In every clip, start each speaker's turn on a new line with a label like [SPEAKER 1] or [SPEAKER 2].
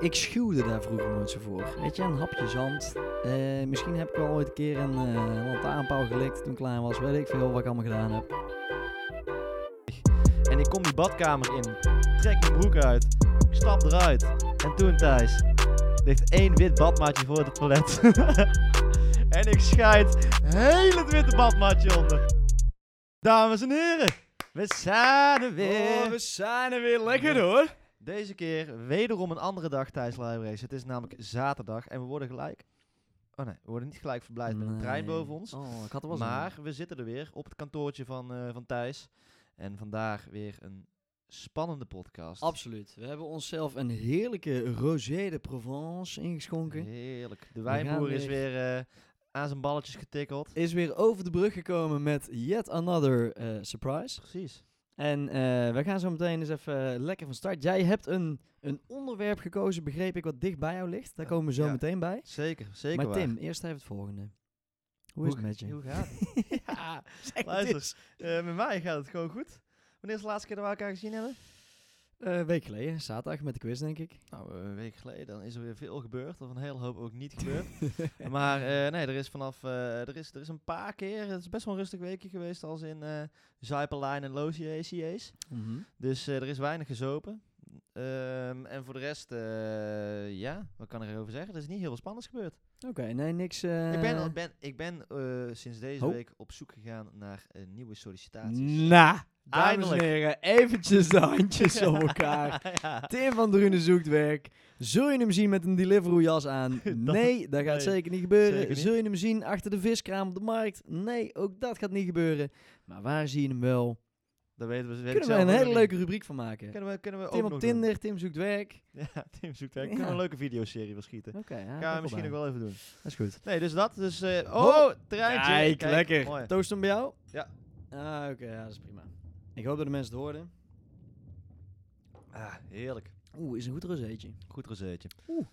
[SPEAKER 1] ik schuwde daar vroeger nooit zo voor. Weet je, een hapje zand. Eh, misschien heb ik wel ooit een keer een eh lantaarnpaal gelikt toen ik klein was. Weet ik veel wat ik allemaal gedaan heb.
[SPEAKER 2] En ik kom die badkamer in, trek mijn broek uit, ik stap eruit. En toen Thijs, ligt één wit badmatje voor het toilet. en ik scheid heel het witte badmatje onder. Dames en heren, we zijn er weer.
[SPEAKER 3] Oh, zijn er weer lekker hoor.
[SPEAKER 2] Oh, Deze keer wederom een andere dag Thijs Libraries. Het is namelijk zaterdag en we worden gelijk... Oh nee, we worden niet gelijk verblijd met een trein
[SPEAKER 1] Nee.
[SPEAKER 2] boven ons.
[SPEAKER 1] Oh, ik had er wel zin in.
[SPEAKER 2] Maar we zitten er weer op het kantoortje van, eh, van Thijs. En vandaag weer een spannende podcast.
[SPEAKER 1] Absoluut. We hebben onszelf een heerlijke Rosé de Provence ingeschonken.
[SPEAKER 2] Heerlijk. De
[SPEAKER 1] gaan
[SPEAKER 2] wijnboer is
[SPEAKER 1] weer-
[SPEAKER 2] weer eh, aan zijn balletjes getikkeld.
[SPEAKER 1] Is weer over de brug gekomen met yet another eh, surprise.
[SPEAKER 2] Precies.
[SPEAKER 1] En eh we gaan zo meteen eens even eh, lekker van start. Jij hebt een, een onderwerp gekozen, begreep ik, wat dicht bij jou ligt. Daar
[SPEAKER 2] Ja,
[SPEAKER 1] komen we zo
[SPEAKER 2] ja.
[SPEAKER 1] meteen bij.
[SPEAKER 2] Zeker, zeker
[SPEAKER 1] maar
[SPEAKER 2] waar.
[SPEAKER 1] Tim, eerst even het volgende. Hoe is het met je?
[SPEAKER 2] Hoe gaat het? ja, luister, eh, met mij gaat het gewoon goed. Wanneer is de laatste keer dat we elkaar gezien hebben?
[SPEAKER 1] Eh, week geleden, zaterdag met de quiz, denk ik.
[SPEAKER 2] Nou, eh, een week geleden. Dan is er weer veel gebeurd. Of een hele hoop ook niet gebeurd. maar eh, nee, er is vanaf... eh, er, is, er is een paar keer... Het is best wel een rustig weekje geweest. Als in eh Zuiperlijn en Loosje ACA's. Dus eh, er is weinig gezopen. Ehm, en voor de rest, eh, ja, wat kan ik erover zeggen? Er is niet heel veel spannends gebeurd.
[SPEAKER 1] Oké, nee, niks. eh,
[SPEAKER 2] ik ben, al- ben, ik ben eh, sinds deze
[SPEAKER 1] Ho.
[SPEAKER 2] week op zoek gegaan naar eh, nieuwe
[SPEAKER 1] Nou,
[SPEAKER 2] sollicitaties.
[SPEAKER 1] dames en
[SPEAKER 2] Eindelijk.
[SPEAKER 1] heren, eventjes de handjes op elkaar.
[SPEAKER 2] Ja.
[SPEAKER 1] Tim van der Rune zoekt werk. Zul je hem zien met een Deliveroo jas aan? Nee, dat gaat
[SPEAKER 2] nee,
[SPEAKER 1] zeker niet gebeuren.
[SPEAKER 2] zeker niet.
[SPEAKER 1] Zul je hem zien achter de viskraam op de markt? Nee, ook dat gaat niet gebeuren. Maar waar zie je hem wel?
[SPEAKER 2] Daar weten we weet ik
[SPEAKER 1] Kunnen we
[SPEAKER 2] zelf
[SPEAKER 1] een
[SPEAKER 2] ook
[SPEAKER 1] hele
[SPEAKER 2] nog
[SPEAKER 1] leuke
[SPEAKER 2] niet.
[SPEAKER 1] rubriek van maken.
[SPEAKER 2] Kunnen we, kunnen we ook
[SPEAKER 1] Tim op
[SPEAKER 2] nog doen.
[SPEAKER 1] Tinder, Tim zoekt werk.
[SPEAKER 2] Ja, Tim zoekt werk. Kunnen
[SPEAKER 1] Ja.
[SPEAKER 2] we een leuke videoserie wel schieten.
[SPEAKER 1] Oké, ja,
[SPEAKER 2] Gaan
[SPEAKER 1] dat
[SPEAKER 2] we misschien ook wel even doen.
[SPEAKER 1] Dat is goed.
[SPEAKER 2] Nee, dus dat. Dus, eh,
[SPEAKER 1] Ho.
[SPEAKER 2] oh, treintje.
[SPEAKER 1] Kijk, lekker.
[SPEAKER 2] mooi.
[SPEAKER 1] Toast hem bij jou?
[SPEAKER 2] Ja.
[SPEAKER 1] Ah, oké, ja, dat is prima. Ik hoop dat de mensen het hoorden.
[SPEAKER 2] Ah, heerlijk.
[SPEAKER 1] Oeh, is een goed rozeetje.
[SPEAKER 2] Goed rozeetje.
[SPEAKER 1] Oeh.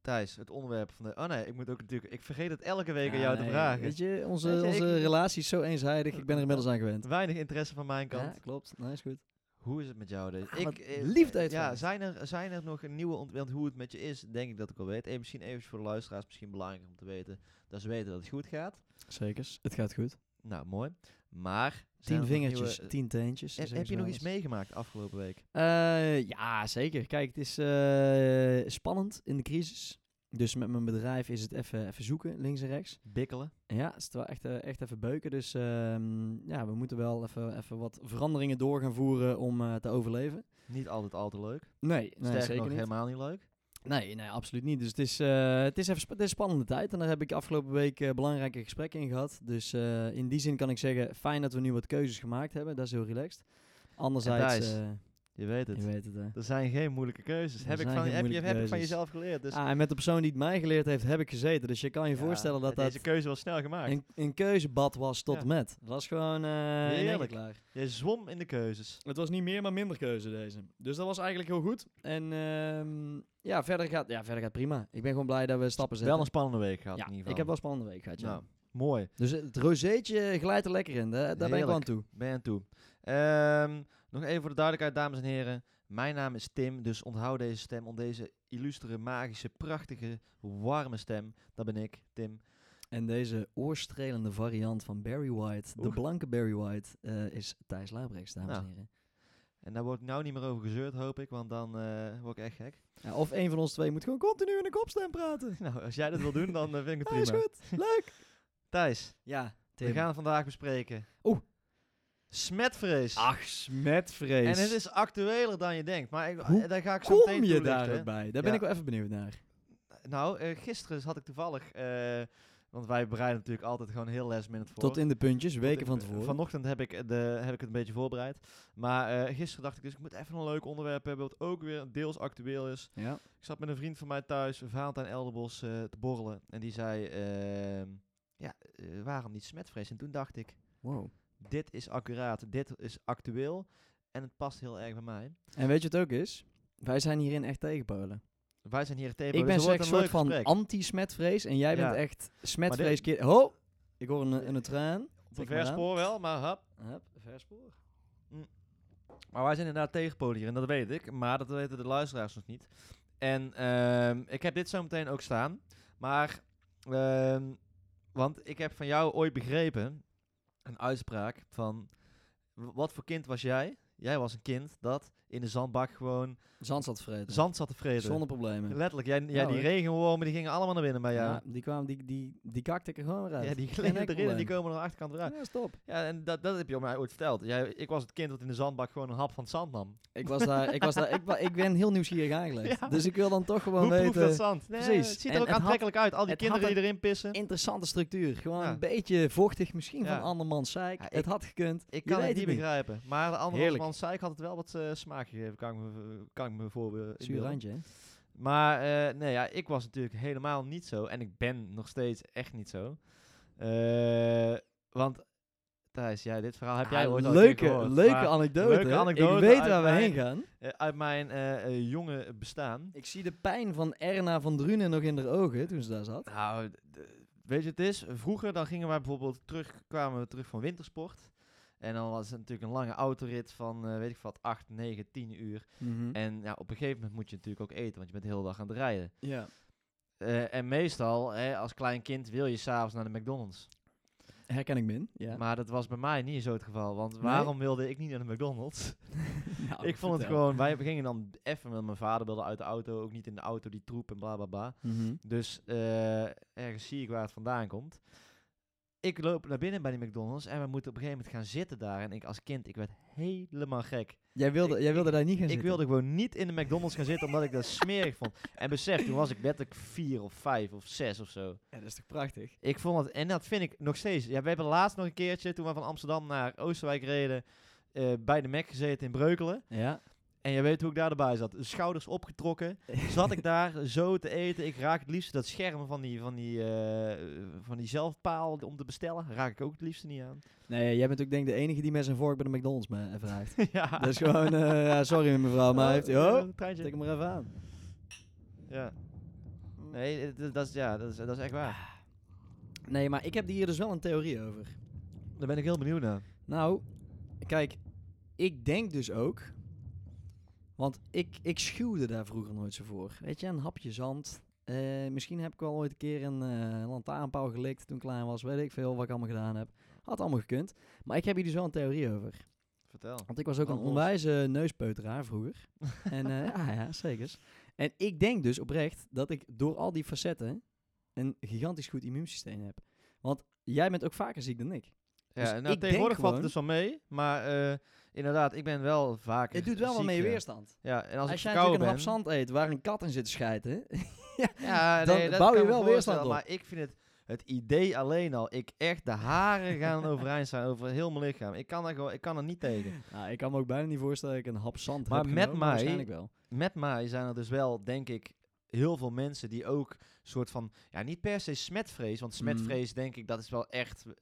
[SPEAKER 2] Thijs, het onderwerp van de... Oh nee, ik moet ook natuurlijk... Ik vergeet het elke week aan
[SPEAKER 1] Ja,
[SPEAKER 2] jou te
[SPEAKER 1] nee,
[SPEAKER 2] vragen.
[SPEAKER 1] Weet je, onze,
[SPEAKER 2] Weet je,
[SPEAKER 1] onze
[SPEAKER 2] ik-
[SPEAKER 1] relatie is zo eenzijdig. Ik ben er inmiddels aan gewend.
[SPEAKER 2] Weinig interesse van mijn
[SPEAKER 1] Ja,
[SPEAKER 2] kant.
[SPEAKER 1] klopt. Nee, is goed.
[SPEAKER 2] Hoe is het met jou? deze?
[SPEAKER 1] Ah, wat
[SPEAKER 2] eh,
[SPEAKER 1] liefde heeft
[SPEAKER 2] Ja,
[SPEAKER 1] hij.
[SPEAKER 2] zijn er, zijn er nog een nieuwe ontwikkeling? Hoe het met je is, denk ik dat ik wel weet. En misschien even voor de luisteraars, misschien belangrijk om te weten. Dat ze weten dat het goed gaat.
[SPEAKER 1] Zekers. Het gaat goed.
[SPEAKER 2] Nou, mooi. Maar... zijn
[SPEAKER 1] Tien
[SPEAKER 2] er nog
[SPEAKER 1] vingertjes,
[SPEAKER 2] nieuwe-
[SPEAKER 1] tien teentjes.
[SPEAKER 2] heb,
[SPEAKER 1] zeggen
[SPEAKER 2] heb
[SPEAKER 1] ze
[SPEAKER 2] je nog
[SPEAKER 1] wel
[SPEAKER 2] iets
[SPEAKER 1] eens.
[SPEAKER 2] meegemaakt afgelopen week?
[SPEAKER 1] Eh, ja, zeker. Kijk, het is eh, spannend in de crisis. Dus met mijn bedrijf is het even even zoeken, links en rechts.
[SPEAKER 2] Bikkelen?
[SPEAKER 1] Ja, het is wel echt, eh, echt even beuken. Dus ehm, ja, we moeten wel even, even wat veranderingen door gaan voeren om eh, te overleven.
[SPEAKER 2] Niet altijd al te leuk.
[SPEAKER 1] Nee, nee
[SPEAKER 2] Sterker
[SPEAKER 1] zeker
[SPEAKER 2] nog,
[SPEAKER 1] niet.
[SPEAKER 2] helemaal niet leuk.
[SPEAKER 1] Nee, nee, absoluut niet. Dus het is, eh, het is even sp- het is een spannende tijd. En daar heb ik afgelopen week eh, belangrijke gesprekken in gehad. Dus eh, in die zin kan ik zeggen, fijn dat we nu wat keuzes gemaakt hebben. Dat is heel relaxed. Anderzijds,
[SPEAKER 2] Thijs,
[SPEAKER 1] eh,
[SPEAKER 2] Je weet het.
[SPEAKER 1] je weet het hè.
[SPEAKER 2] Er zijn geen moeilijke keuzes.
[SPEAKER 1] Er
[SPEAKER 2] Heb ik,
[SPEAKER 1] zijn
[SPEAKER 2] van,
[SPEAKER 1] geen
[SPEAKER 2] heb, je,
[SPEAKER 1] moeilijke
[SPEAKER 2] heb ik van
[SPEAKER 1] keuzes.
[SPEAKER 2] jezelf geleerd. Dus
[SPEAKER 1] Ah, en met de persoon die het mij geleerd heeft, heb ik gezeten. Dus je kan je
[SPEAKER 2] Ja,
[SPEAKER 1] voorstellen dat
[SPEAKER 2] Deze
[SPEAKER 1] dat
[SPEAKER 2] keuze was snel gemaakt.
[SPEAKER 1] een, een keuzebad was tot
[SPEAKER 2] Ja.
[SPEAKER 1] en met. Het was gewoon eh
[SPEAKER 2] Heerlijk.
[SPEAKER 1] heerlijk klaar.
[SPEAKER 2] Je zwom in de keuzes.
[SPEAKER 1] Het was niet meer, maar minder keuze deze. Dus dat was eigenlijk heel goed. En ehm, ja, verder gaat, ja, verder gaat prima. Ik ben gewoon blij dat we stappen zetten.
[SPEAKER 2] Wel een spannende week gehad
[SPEAKER 1] ja,
[SPEAKER 2] in ieder geval.
[SPEAKER 1] ik heb wel een spannende week gehad, ja.
[SPEAKER 2] Nou, mooi.
[SPEAKER 1] Dus het rozeetje glijdt er lekker in. Daar, daar ben ik wel aan
[SPEAKER 2] Heerlijk.
[SPEAKER 1] toe.
[SPEAKER 2] Ben je aan toe. Ehm, nog even voor de duidelijkheid, dames en heren. Mijn naam is Tim, dus onthoud deze stem. Om deze illustere, magische, prachtige, warme stem. Dat ben ik, Tim.
[SPEAKER 1] En deze oorstrelende variant van Barry White, de
[SPEAKER 2] Oeh.
[SPEAKER 1] blanke Barry White, eh, is Thijs Labrechts, dames
[SPEAKER 2] Nou.
[SPEAKER 1] en heren.
[SPEAKER 2] En daar word ik nou niet meer over gezeurd, hoop ik, want dan eh, word ik echt gek.
[SPEAKER 1] Ja, of een van ons twee moet gewoon continu in de kopstem praten.
[SPEAKER 2] Nou, als jij dat wil doen, dan eh, vind ik het
[SPEAKER 1] Ah, is
[SPEAKER 2] prima.
[SPEAKER 1] goed. Leuk.
[SPEAKER 2] Thijs,
[SPEAKER 1] Ja,
[SPEAKER 2] we gaan vandaag bespreken.
[SPEAKER 1] Oeh. Ah,
[SPEAKER 2] Smetvrees.
[SPEAKER 1] Ach, smetvrees.
[SPEAKER 2] En het is actueler dan je denkt, maar ik,
[SPEAKER 1] Hoe
[SPEAKER 2] eh, daar ga ik zo meteen
[SPEAKER 1] Kom je
[SPEAKER 2] toelichten.
[SPEAKER 1] daar ook bij? Daar ben
[SPEAKER 2] Ja.
[SPEAKER 1] ik wel even benieuwd naar.
[SPEAKER 2] Nou, eh, gisteren had ik toevallig, eh, want wij bereiden natuurlijk altijd gewoon heel last minute voor.
[SPEAKER 1] Tot in de puntjes, weken
[SPEAKER 2] Want
[SPEAKER 1] van
[SPEAKER 2] ik-
[SPEAKER 1] tevoren.
[SPEAKER 2] Vanochtend heb ik, de, heb ik het een beetje voorbereid. Maar eh, gisteren dacht ik dus, ik moet even een leuk onderwerp hebben... wat ook weer deels actueel is.
[SPEAKER 1] ja.
[SPEAKER 2] Ik zat met een vriend van mij thuis, Valentijn Elderbos, eh, te borrelen. En die zei, ehm, ja, eh, waarom niet smetvrees? En toen dacht ik,
[SPEAKER 1] Wow.
[SPEAKER 2] dit is accuraat, dit is actueel... en het past heel erg bij mij.
[SPEAKER 1] En weet je wat het ook is? Wij zijn hierin echt tegenpolen.
[SPEAKER 2] Wij zijn hier tegen.
[SPEAKER 1] Ik ben
[SPEAKER 2] dus
[SPEAKER 1] zeg
[SPEAKER 2] een
[SPEAKER 1] een soort
[SPEAKER 2] leuk
[SPEAKER 1] van
[SPEAKER 2] gesprek.
[SPEAKER 1] anti-smetvrees en jij bent
[SPEAKER 2] Ja.
[SPEAKER 1] echt smetvrees.
[SPEAKER 2] dit-
[SPEAKER 1] keer- Ho! Ik hoor een, een traan.
[SPEAKER 2] Op een verspoor wel, maar hap.
[SPEAKER 1] Hup, verspoor.
[SPEAKER 2] Maar wij zijn inderdaad tegenpolen hier, en dat weet ik. Maar dat weten de luisteraars nog niet. En ehm, ik heb dit zo meteen ook staan. Maar, ehm, want ik heb van jou ooit begrepen een uitspraak van... w- Wat voor kind was jij? Jij was een kind dat in de zandbak gewoon
[SPEAKER 1] Zand zat vreten.
[SPEAKER 2] zand zat te vreten.
[SPEAKER 1] Zonder problemen.
[SPEAKER 2] Letterlijk, jij, jij
[SPEAKER 1] Ja,
[SPEAKER 2] die
[SPEAKER 1] hoor.
[SPEAKER 2] regenwormen die gingen allemaal naar binnen bij jou.
[SPEAKER 1] Ja, die, kwamen, die, die, die kakte ik er gewoon weer
[SPEAKER 2] Ja,
[SPEAKER 1] uit. Geen
[SPEAKER 2] die liggen
[SPEAKER 1] enkel
[SPEAKER 2] erin en die
[SPEAKER 1] probleem.
[SPEAKER 2] komen er achterkant eruit.
[SPEAKER 1] Ja, stop.
[SPEAKER 2] Ja, en dat, dat heb je mij ooit verteld. Jij, ik was het kind dat in de zandbak gewoon een hap van het zand nam.
[SPEAKER 1] Ik was daar, ik was daar, ik, wa- ik ben heel nieuwsgierig aangelegd.
[SPEAKER 2] Ja.
[SPEAKER 1] Dus ik wil dan toch gewoon
[SPEAKER 2] Hoe proeft
[SPEAKER 1] weten.
[SPEAKER 2] dat zand? Nee,
[SPEAKER 1] precies.
[SPEAKER 2] Het ziet er
[SPEAKER 1] En
[SPEAKER 2] ook
[SPEAKER 1] het had-
[SPEAKER 2] aantrekkelijk uit. Al die
[SPEAKER 1] het had
[SPEAKER 2] kinderen die
[SPEAKER 1] een-
[SPEAKER 2] erin pissen.
[SPEAKER 1] Interessante structuur. Gewoon
[SPEAKER 2] Ja.
[SPEAKER 1] een beetje vochtig, misschien
[SPEAKER 2] Ja.
[SPEAKER 1] van andermans zeik.
[SPEAKER 2] Ja, ik-
[SPEAKER 1] het had gekund.
[SPEAKER 2] Ik
[SPEAKER 1] Je
[SPEAKER 2] kan
[SPEAKER 1] weet
[SPEAKER 2] het niet
[SPEAKER 1] het niet.
[SPEAKER 2] begrijpen. Maar de andere
[SPEAKER 1] Heerlijk.
[SPEAKER 2] man zei ik had het wel wat eh, smaak gegeven. Kan ik me, kan ik me voor eh,
[SPEAKER 1] Zuur
[SPEAKER 2] inbeelden.
[SPEAKER 1] randje, hè?
[SPEAKER 2] Maar eh, nee, ja, ik was natuurlijk helemaal niet zo. En ik ben nog steeds echt niet zo. Eh, want Thijs, ja, dit verhaal heb jij
[SPEAKER 1] Ah,
[SPEAKER 2] ooit al een keer
[SPEAKER 1] leuke,
[SPEAKER 2] gehoord,
[SPEAKER 1] leuke
[SPEAKER 2] maar,
[SPEAKER 1] anekdote.
[SPEAKER 2] leuke anekdote
[SPEAKER 1] Ik weet
[SPEAKER 2] uit
[SPEAKER 1] waar we
[SPEAKER 2] mijn-
[SPEAKER 1] heen gaan.
[SPEAKER 2] eh, Uit mijn eh, eh, jonge bestaan.
[SPEAKER 1] Ik zie de pijn van Erna van Drunen nog in haar ogen toen ze daar zat.
[SPEAKER 2] Nou, d- d- weet je, het is vroeger dan gingen wij bijvoorbeeld terug, kwamen we terug van wintersport. En dan was het natuurlijk een lange autorit van, eh, weet ik wat, 8, 9, 10 uur.
[SPEAKER 1] Mhm.
[SPEAKER 2] En ja, op een gegeven moment moet je natuurlijk ook eten, want je bent de hele dag aan het rijden.
[SPEAKER 1] Ja.
[SPEAKER 2] Eh, en meestal, hè, als klein kind, wil je s'avonds naar de McDonald's.
[SPEAKER 1] Herken ik min. Ja.
[SPEAKER 2] Maar dat was bij mij niet zo het geval. Want
[SPEAKER 1] Nee?
[SPEAKER 2] waarom wilde ik niet naar de McDonald's?
[SPEAKER 1] Nou,
[SPEAKER 2] ik vond het
[SPEAKER 1] vertel.
[SPEAKER 2] gewoon... Wij gingen dan even met mijn vader wilde uit de auto. Ook niet in de auto, die troep en bla bla bla.
[SPEAKER 1] Mhm.
[SPEAKER 2] Dus eh, ergens zie ik waar het vandaan komt. Ik loop naar binnen bij die McDonald's en we moeten op een gegeven moment gaan zitten daar. En ik als kind, ik werd helemaal gek.
[SPEAKER 1] Jij wilde,
[SPEAKER 2] Ik-
[SPEAKER 1] jij wilde
[SPEAKER 2] ik-
[SPEAKER 1] daar niet gaan
[SPEAKER 2] Ik
[SPEAKER 1] zitten.
[SPEAKER 2] wilde gewoon niet in de McDonald's gaan zitten omdat ik dat smerig vond. En besef, toen was ik letterlijk vier of vijf of zes of zo.
[SPEAKER 1] Ja, dat is toch prachtig?
[SPEAKER 2] Ik vond dat, en dat vind ik nog steeds. Ja, we hebben laatst nog een keertje, toen we van Amsterdam naar Oosterwijk reden, eh, bij de Mac gezeten in Breukelen.
[SPEAKER 1] Ja.
[SPEAKER 2] En je weet hoe ik daar erbij zat. Schouders opgetrokken. Zat ik daar zo te eten. Ik raak het liefst dat scherm van die, van die, eh, van die zelfpaal om te bestellen. Raak ik ook het liefste niet aan.
[SPEAKER 1] Nee, jij bent ook denk ik de enige die met zijn vork bij de McDonald's me even raakt.
[SPEAKER 2] ja.
[SPEAKER 1] Dat is gewoon, eh, ja, sorry mevrouw, maar heeft hij...
[SPEAKER 2] Oh,
[SPEAKER 1] Oh,
[SPEAKER 2] een treintje.
[SPEAKER 1] tik hem er even aan.
[SPEAKER 2] Ja. Nee, eh, d- dat is, ja, dat is, dat is echt waar.
[SPEAKER 1] Nee, maar ik heb hier dus wel een theorie over.
[SPEAKER 2] Daar ben ik heel benieuwd naar.
[SPEAKER 1] Nou, kijk, ik denk dus ook. Want ik, ik schuwde daar vroeger nooit zo voor. Weet je, een hapje zand. Eh, misschien heb ik wel ooit een keer een eh lantaarnpaal gelikt toen ik klein was. Weet ik veel wat ik allemaal gedaan heb. Had allemaal gekund. Maar ik heb hier dus wel een theorie over.
[SPEAKER 2] Vertel.
[SPEAKER 1] Want ik was ook een
[SPEAKER 2] Brand los.
[SPEAKER 1] onwijze neuspeuteraar vroeger. en eh, ja, ja, zeker. En ik denk dus oprecht dat ik door al die facetten een gigantisch goed immuunsysteem heb. Want jij bent ook vaker ziek dan ik. Dus
[SPEAKER 2] Ja,
[SPEAKER 1] ik
[SPEAKER 2] nou,
[SPEAKER 1] denk
[SPEAKER 2] tegenwoordig valt
[SPEAKER 1] gewoon-
[SPEAKER 2] het dus wel mee. Maar eh, inderdaad, ik ben wel vaak.
[SPEAKER 1] Het doet wel wat
[SPEAKER 2] ziek,
[SPEAKER 1] mee
[SPEAKER 2] ja.
[SPEAKER 1] weerstand.
[SPEAKER 2] Ja, en als,
[SPEAKER 1] Als,
[SPEAKER 2] ik
[SPEAKER 1] jij natuurlijk
[SPEAKER 2] verkouden
[SPEAKER 1] een hap
[SPEAKER 2] ben...
[SPEAKER 1] zand eet waar een kat in zit te schijten.
[SPEAKER 2] ja,
[SPEAKER 1] dan
[SPEAKER 2] nee, dat
[SPEAKER 1] bouw
[SPEAKER 2] kan
[SPEAKER 1] je
[SPEAKER 2] ik me
[SPEAKER 1] wel weerstand
[SPEAKER 2] voorstellen,
[SPEAKER 1] op.
[SPEAKER 2] Maar ik vind het, het idee alleen al, ik echt de haren gaan overeind zijn over heel mijn lichaam. Ik kan er, gewoon, ik kan er niet tegen.
[SPEAKER 1] Nou, ik kan me ook bijna niet voorstellen dat ik een hap zand
[SPEAKER 2] Maar
[SPEAKER 1] heb
[SPEAKER 2] met
[SPEAKER 1] genomen,
[SPEAKER 2] mij-
[SPEAKER 1] Waarschijnlijk wel.
[SPEAKER 2] Met mij zijn er dus wel, denk ik, heel veel mensen die ook soort van, ja, niet per se smetvrees, want smetvrees denk ik, dat is wel echt,
[SPEAKER 1] Mm.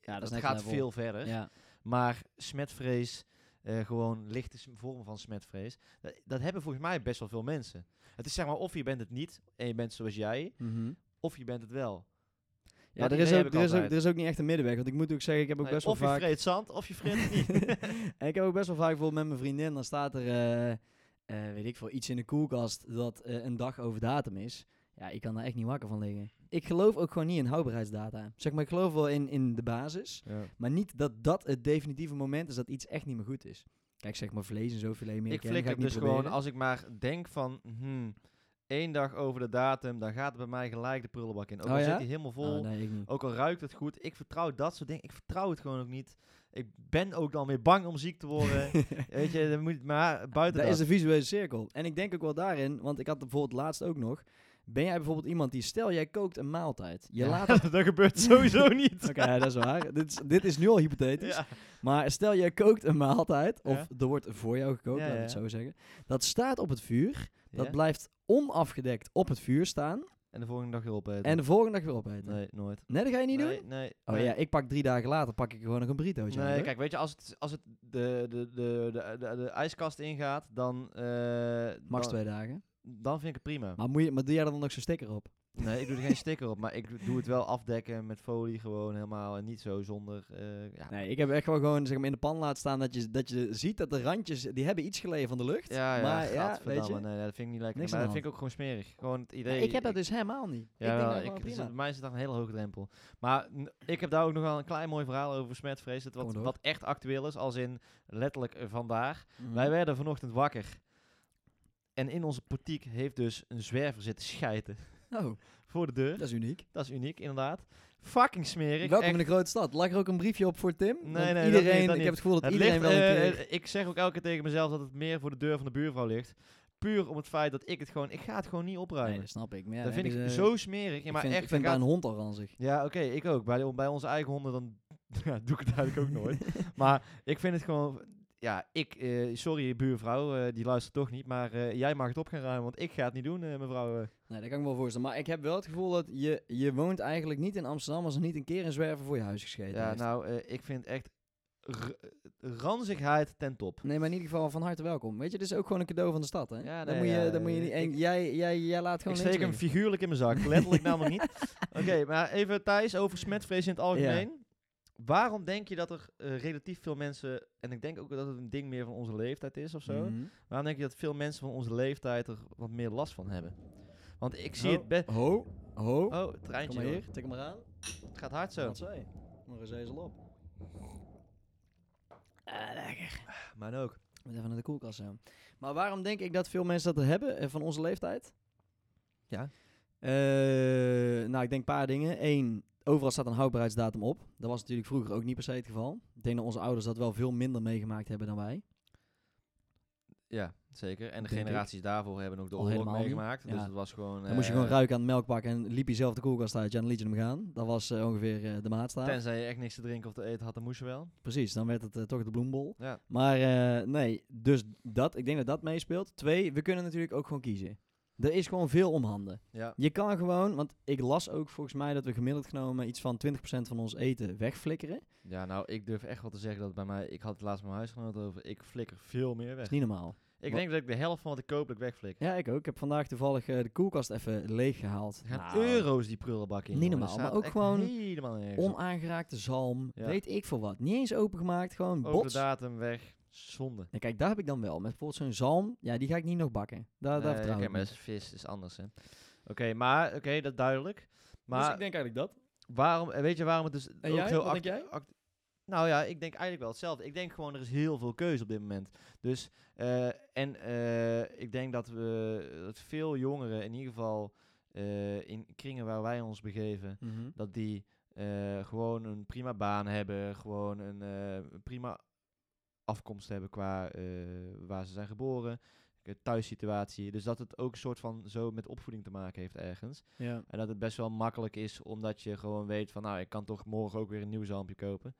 [SPEAKER 1] dat is
[SPEAKER 2] dat
[SPEAKER 1] next
[SPEAKER 2] gaat
[SPEAKER 1] level.
[SPEAKER 2] veel verder.
[SPEAKER 1] Ja.
[SPEAKER 2] Maar smetvrees, eh, gewoon lichte sm- vormen van smetvrees, dat, dat hebben volgens mij best wel veel mensen. Het is zeg maar, of je bent het niet en je bent zoals jij,
[SPEAKER 1] Mhm.
[SPEAKER 2] of je bent het wel.
[SPEAKER 1] Ja,
[SPEAKER 2] Dat
[SPEAKER 1] er is,
[SPEAKER 2] idee
[SPEAKER 1] ook,
[SPEAKER 2] heb ik
[SPEAKER 1] er, is ook,
[SPEAKER 2] altijd.
[SPEAKER 1] er is ook niet echt een middenweg. Want ik moet ook zeggen, ik heb ook
[SPEAKER 2] Nee,
[SPEAKER 1] best wel
[SPEAKER 2] of je
[SPEAKER 1] vaak...
[SPEAKER 2] vreet zand, of je vreet het niet.
[SPEAKER 1] en ik heb ook best wel vaak bijvoorbeeld met mijn vriendin, dan staat er, eh, eh, weet ik veel, iets in de koelkast dat eh, een dag over datum is. Ja, ik kan daar echt niet wakker van liggen. Ik geloof ook gewoon niet in houdbaarheidsdata. Zeg maar, ik geloof wel in, in de basis, maar niet dat dat het definitieve moment is dat iets echt niet meer goed is. Kijk, zeg maar vlees en zo filet meer.
[SPEAKER 2] Ik
[SPEAKER 1] kennen,
[SPEAKER 2] flik
[SPEAKER 1] ga
[SPEAKER 2] het
[SPEAKER 1] niet
[SPEAKER 2] dus gewoon,
[SPEAKER 1] proberen.
[SPEAKER 2] als ik maar denk van, hmm, één dag over de datum, dan gaat het bij mij gelijk de prullenbak in. Ook
[SPEAKER 1] Oh
[SPEAKER 2] al
[SPEAKER 1] ja?
[SPEAKER 2] zit hij helemaal vol,
[SPEAKER 1] Oh, nee, ik niet.
[SPEAKER 2] ook al ruikt het goed. Ik vertrouw dat soort dingen, ik vertrouw het gewoon ook niet. Ik ben ook dan weer bang om ziek te worden. Weet je, dan moet, maar buiten
[SPEAKER 1] Dat
[SPEAKER 2] dat.
[SPEAKER 1] is de visuele cirkel. En ik denk ook wel daarin, want ik had er bijvoorbeeld laatst ook nog. Ben jij bijvoorbeeld iemand die, stel jij kookt een maaltijd. Je
[SPEAKER 2] Ja,
[SPEAKER 1] laat
[SPEAKER 2] dat gebeurt sowieso niet.
[SPEAKER 1] Oké, ja, dat is waar. dit, is, dit is nu al hypothetisch.
[SPEAKER 2] Ja.
[SPEAKER 1] Maar stel jij kookt een maaltijd, of
[SPEAKER 2] Ja.
[SPEAKER 1] er wordt voor jou gekookt,
[SPEAKER 2] Ja,
[SPEAKER 1] laten we het
[SPEAKER 2] ja.
[SPEAKER 1] zo zeggen. Dat staat op het vuur, dat
[SPEAKER 2] Ja.
[SPEAKER 1] blijft onafgedekt op het vuur staan
[SPEAKER 2] En de volgende dag weer opeten.
[SPEAKER 1] en de volgende dag weer opeten. Nee,
[SPEAKER 2] nee, nooit.
[SPEAKER 1] dat ga je niet
[SPEAKER 2] nee,
[SPEAKER 1] doen?
[SPEAKER 2] Nee,
[SPEAKER 1] Oh
[SPEAKER 2] nee.
[SPEAKER 1] ja, ik pak drie dagen later pak ik gewoon nog een burritootje. aan,
[SPEAKER 2] Nee,
[SPEAKER 1] hoor.
[SPEAKER 2] kijk, weet je, als het, als het de, de, de, de, de, de ijskast ingaat, dan, eh,
[SPEAKER 1] Max
[SPEAKER 2] dan,
[SPEAKER 1] twee dagen.
[SPEAKER 2] dan vind ik het prima.
[SPEAKER 1] Maar, moet je, maar doe jij er dan nog zo'n sticker op?
[SPEAKER 2] Nee, ik doe er geen sticker op, maar ik doe het wel afdekken met folie gewoon helemaal en niet zo zonder... eh, ja.
[SPEAKER 1] Nee, ik heb echt wel gewoon zeg maar, in de pan laten staan dat je, dat je ziet dat de randjes, die hebben iets geleden van de lucht.
[SPEAKER 2] Ja, ja,
[SPEAKER 1] maar ja,
[SPEAKER 2] gadverdamme,
[SPEAKER 1] weet je.
[SPEAKER 2] Nee, nee, dat vind ik niet lekker.
[SPEAKER 1] Niks
[SPEAKER 2] maar
[SPEAKER 1] aan
[SPEAKER 2] dat
[SPEAKER 1] de
[SPEAKER 2] vind ik ook gewoon smerig. Gewoon het idee...
[SPEAKER 1] Nee, ik heb dat dus helemaal niet.
[SPEAKER 2] Ja,
[SPEAKER 1] ik
[SPEAKER 2] wel,
[SPEAKER 1] denk dat
[SPEAKER 2] ik
[SPEAKER 1] gewoon
[SPEAKER 2] dus
[SPEAKER 1] prima.
[SPEAKER 2] bij mij is het echt een hele hoge drempel. Maar n- ik heb daar ook nog wel een klein mooi verhaal over smetvrees. dat
[SPEAKER 1] Kom
[SPEAKER 2] Wat,
[SPEAKER 1] door.
[SPEAKER 2] wat echt actueel is, als in letterlijk eh, vandaag.
[SPEAKER 1] Mhm.
[SPEAKER 2] Wij werden vanochtend wakker. En in onze portiek heeft dus een zwerver zitten schijten.
[SPEAKER 1] Oh,
[SPEAKER 2] Voor de deur.
[SPEAKER 1] dat is uniek.
[SPEAKER 2] Dat is uniek, inderdaad. Fucking smerig.
[SPEAKER 1] Welkom
[SPEAKER 2] echt.
[SPEAKER 1] in de grote stad. Lag er ook een briefje op voor Tim?
[SPEAKER 2] Nee,
[SPEAKER 1] Want
[SPEAKER 2] nee, dat niet,
[SPEAKER 1] iedereen,
[SPEAKER 2] dat
[SPEAKER 1] Ik
[SPEAKER 2] niet.
[SPEAKER 1] heb het gevoel dat
[SPEAKER 2] Het
[SPEAKER 1] iedereen
[SPEAKER 2] ligt,
[SPEAKER 1] wel een
[SPEAKER 2] eh,
[SPEAKER 1] keer...
[SPEAKER 2] eh, ik zeg ook elke keer tegen mezelf dat het meer voor de deur van de buurvrouw ligt. Puur om het feit dat ik het gewoon... Ik ga het gewoon niet
[SPEAKER 1] nee,
[SPEAKER 2] opruimen.
[SPEAKER 1] dat snap ik. Maar ja,
[SPEAKER 2] dat
[SPEAKER 1] dan
[SPEAKER 2] vind ik
[SPEAKER 1] hebben ze-
[SPEAKER 2] zo smerig. Ja,
[SPEAKER 1] ik
[SPEAKER 2] maar
[SPEAKER 1] vind,
[SPEAKER 2] echt,
[SPEAKER 1] ik vind
[SPEAKER 2] dan
[SPEAKER 1] bij
[SPEAKER 2] gaat-
[SPEAKER 1] een hond al ranzig.
[SPEAKER 2] Ja, oké, ik ook. Bij, de- bij onze eigen honden dan ja, doe ik het eigenlijk ook nooit. maar ik vind het gewoon... Ja, ik... eh, sorry, buurvrouw, eh, die luistert toch niet. Maar eh, jij mag het op gaan ruimen, want ik ga het niet doen, eh, mevrouw. eh.
[SPEAKER 1] Nee, dat kan ik me wel voorstellen. Maar ik heb wel het gevoel dat je, je woont eigenlijk niet in Amsterdam als er niet een keer een zwerver voor je huis gescheten
[SPEAKER 2] Ja,
[SPEAKER 1] heeft.
[SPEAKER 2] nou, eh, ik vind echt r- ranzigheid ten top.
[SPEAKER 1] Nee, maar in ieder geval van harte welkom. Weet je, dit is ook gewoon een cadeau van de stad, hè?
[SPEAKER 2] Ja,
[SPEAKER 1] dan
[SPEAKER 2] nee,
[SPEAKER 1] moet je,
[SPEAKER 2] ja,
[SPEAKER 1] dan moet je
[SPEAKER 2] eh,
[SPEAKER 1] niet... En
[SPEAKER 2] ik-
[SPEAKER 1] jij, jij, jij laat
[SPEAKER 2] Ik
[SPEAKER 1] gewoon
[SPEAKER 2] steek hem
[SPEAKER 1] links liggen.
[SPEAKER 2] figuurlijk in mijn zak. Letterlijk namelijk niet. Oké, maar even Thijs over smetvrees in het algemeen. Waarom denk je dat er eh, relatief veel mensen... En ik denk ook dat het een ding meer van onze leeftijd is of zo.
[SPEAKER 1] Mhm.
[SPEAKER 2] Waarom denk je dat veel mensen van onze leeftijd er wat meer last van hebben? Want ik zie
[SPEAKER 1] Oh.
[SPEAKER 2] het best...
[SPEAKER 1] Ho, ho.
[SPEAKER 2] Oh, het
[SPEAKER 1] Kom
[SPEAKER 2] treintje.
[SPEAKER 1] maar
[SPEAKER 2] door.
[SPEAKER 1] hier, tik hem maar aan.
[SPEAKER 2] Het gaat hard zo.
[SPEAKER 1] Wat zei? Nog eens ezel op. lekker.
[SPEAKER 2] Maar ook.
[SPEAKER 1] Moet even naar de koelkast zo. Maar waarom denk ik dat veel mensen dat hebben eh, van onze leeftijd?
[SPEAKER 2] Ja.
[SPEAKER 1] Eh, nou, ik denk een paar dingen. Eén, overal staat een houdbaarheidsdatum op. Dat was natuurlijk vroeger ook niet per se het geval. Ik denk dat onze ouders dat wel veel minder meegemaakt hebben dan wij.
[SPEAKER 2] Ja, zeker. En de
[SPEAKER 1] Denk ik.
[SPEAKER 2] generaties daarvoor hebben ook de
[SPEAKER 1] Al
[SPEAKER 2] oorlog
[SPEAKER 1] helemaal niet.
[SPEAKER 2] meegemaakt. Dus
[SPEAKER 1] Ja.
[SPEAKER 2] het was gewoon... eh,
[SPEAKER 1] Dan moest je gewoon
[SPEAKER 2] ruiken.
[SPEAKER 1] ruiken aan het melk pakken en liep je zelf de koelkast uit. Ja, dan liet je hem gaan. Dat was eh, ongeveer eh, de maatstaaf.
[SPEAKER 2] Tenzij je echt niks te drinken of te eten had, dan moest je wel.
[SPEAKER 1] Precies, dan werd het eh, toch de bloembol.
[SPEAKER 2] Ja.
[SPEAKER 1] Maar eh, nee, dus dat, ik denk dat dat meespeelt. Twee, we kunnen natuurlijk ook gewoon kiezen. Er is gewoon veel om handen.
[SPEAKER 2] Ja.
[SPEAKER 1] Je kan gewoon, want ik las ook volgens mij dat we gemiddeld genomen iets van 20% van ons eten wegflikkeren. Dat
[SPEAKER 2] Ja, nou, ik durf echt wel te zeggen dat bij mij... Ik had het laatst met mijn huisgenoot over. Ik flikker veel meer weg.
[SPEAKER 1] is niet normaal.
[SPEAKER 2] Ik
[SPEAKER 1] Wa-
[SPEAKER 2] denk dat ik de helft van wat ik koop, dat ik wegflik.
[SPEAKER 1] Ja, ik ook. Ik heb vandaag toevallig eh, de koelkast even leeggehaald.
[SPEAKER 2] Er gaan
[SPEAKER 1] Nou,
[SPEAKER 2] euro's die prullenbak in.
[SPEAKER 1] Niet
[SPEAKER 2] jongen. Er
[SPEAKER 1] normaal, maar
[SPEAKER 2] staat
[SPEAKER 1] ook
[SPEAKER 2] echt
[SPEAKER 1] gewoon
[SPEAKER 2] helemaal nergens op.
[SPEAKER 1] Onaangeraakte zalm,
[SPEAKER 2] Ja.
[SPEAKER 1] weet ik veel wat. Niet eens opengemaakt, gewoon
[SPEAKER 2] Over de
[SPEAKER 1] bots.
[SPEAKER 2] datum weg. Zonde.
[SPEAKER 1] Ja, kijk, daar heb ik dan wel. Met bijvoorbeeld zo'n zalm, ja, die ga ik niet nog bakken. Daar, daar
[SPEAKER 2] Nee,
[SPEAKER 1] vertrouw
[SPEAKER 2] oké,
[SPEAKER 1] ik
[SPEAKER 2] maar
[SPEAKER 1] me.
[SPEAKER 2] dat is vis, is anders, hè. Oké, maar, oké, dat is duidelijk. Maar
[SPEAKER 1] Dus denk eigenlijk dat.
[SPEAKER 2] waarom, en weet je waarom het dus
[SPEAKER 1] En
[SPEAKER 2] ook
[SPEAKER 1] jij?
[SPEAKER 2] zo...
[SPEAKER 1] Wat denk
[SPEAKER 2] act-
[SPEAKER 1] jij?
[SPEAKER 2] act- nou ja, ik denk eigenlijk wel hetzelfde. Ik denk gewoon, er is heel veel keuze op dit moment. Dus, eh, en eh, ik denk dat we, dat veel jongeren, in ieder geval eh, in kringen waar wij ons begeven,
[SPEAKER 1] Mhm.
[SPEAKER 2] dat die eh, gewoon een prima baan hebben, gewoon een eh, een prima afkomst hebben qua eh, waar ze zijn geboren, eh, thuissituatie. Dus dat het ook een soort van zo met opvoeding te maken heeft ergens.
[SPEAKER 1] Ja.
[SPEAKER 2] En dat het best wel makkelijk is, omdat je gewoon weet van, nou, ik kan toch morgen ook weer een nieuw zalmpje kopen.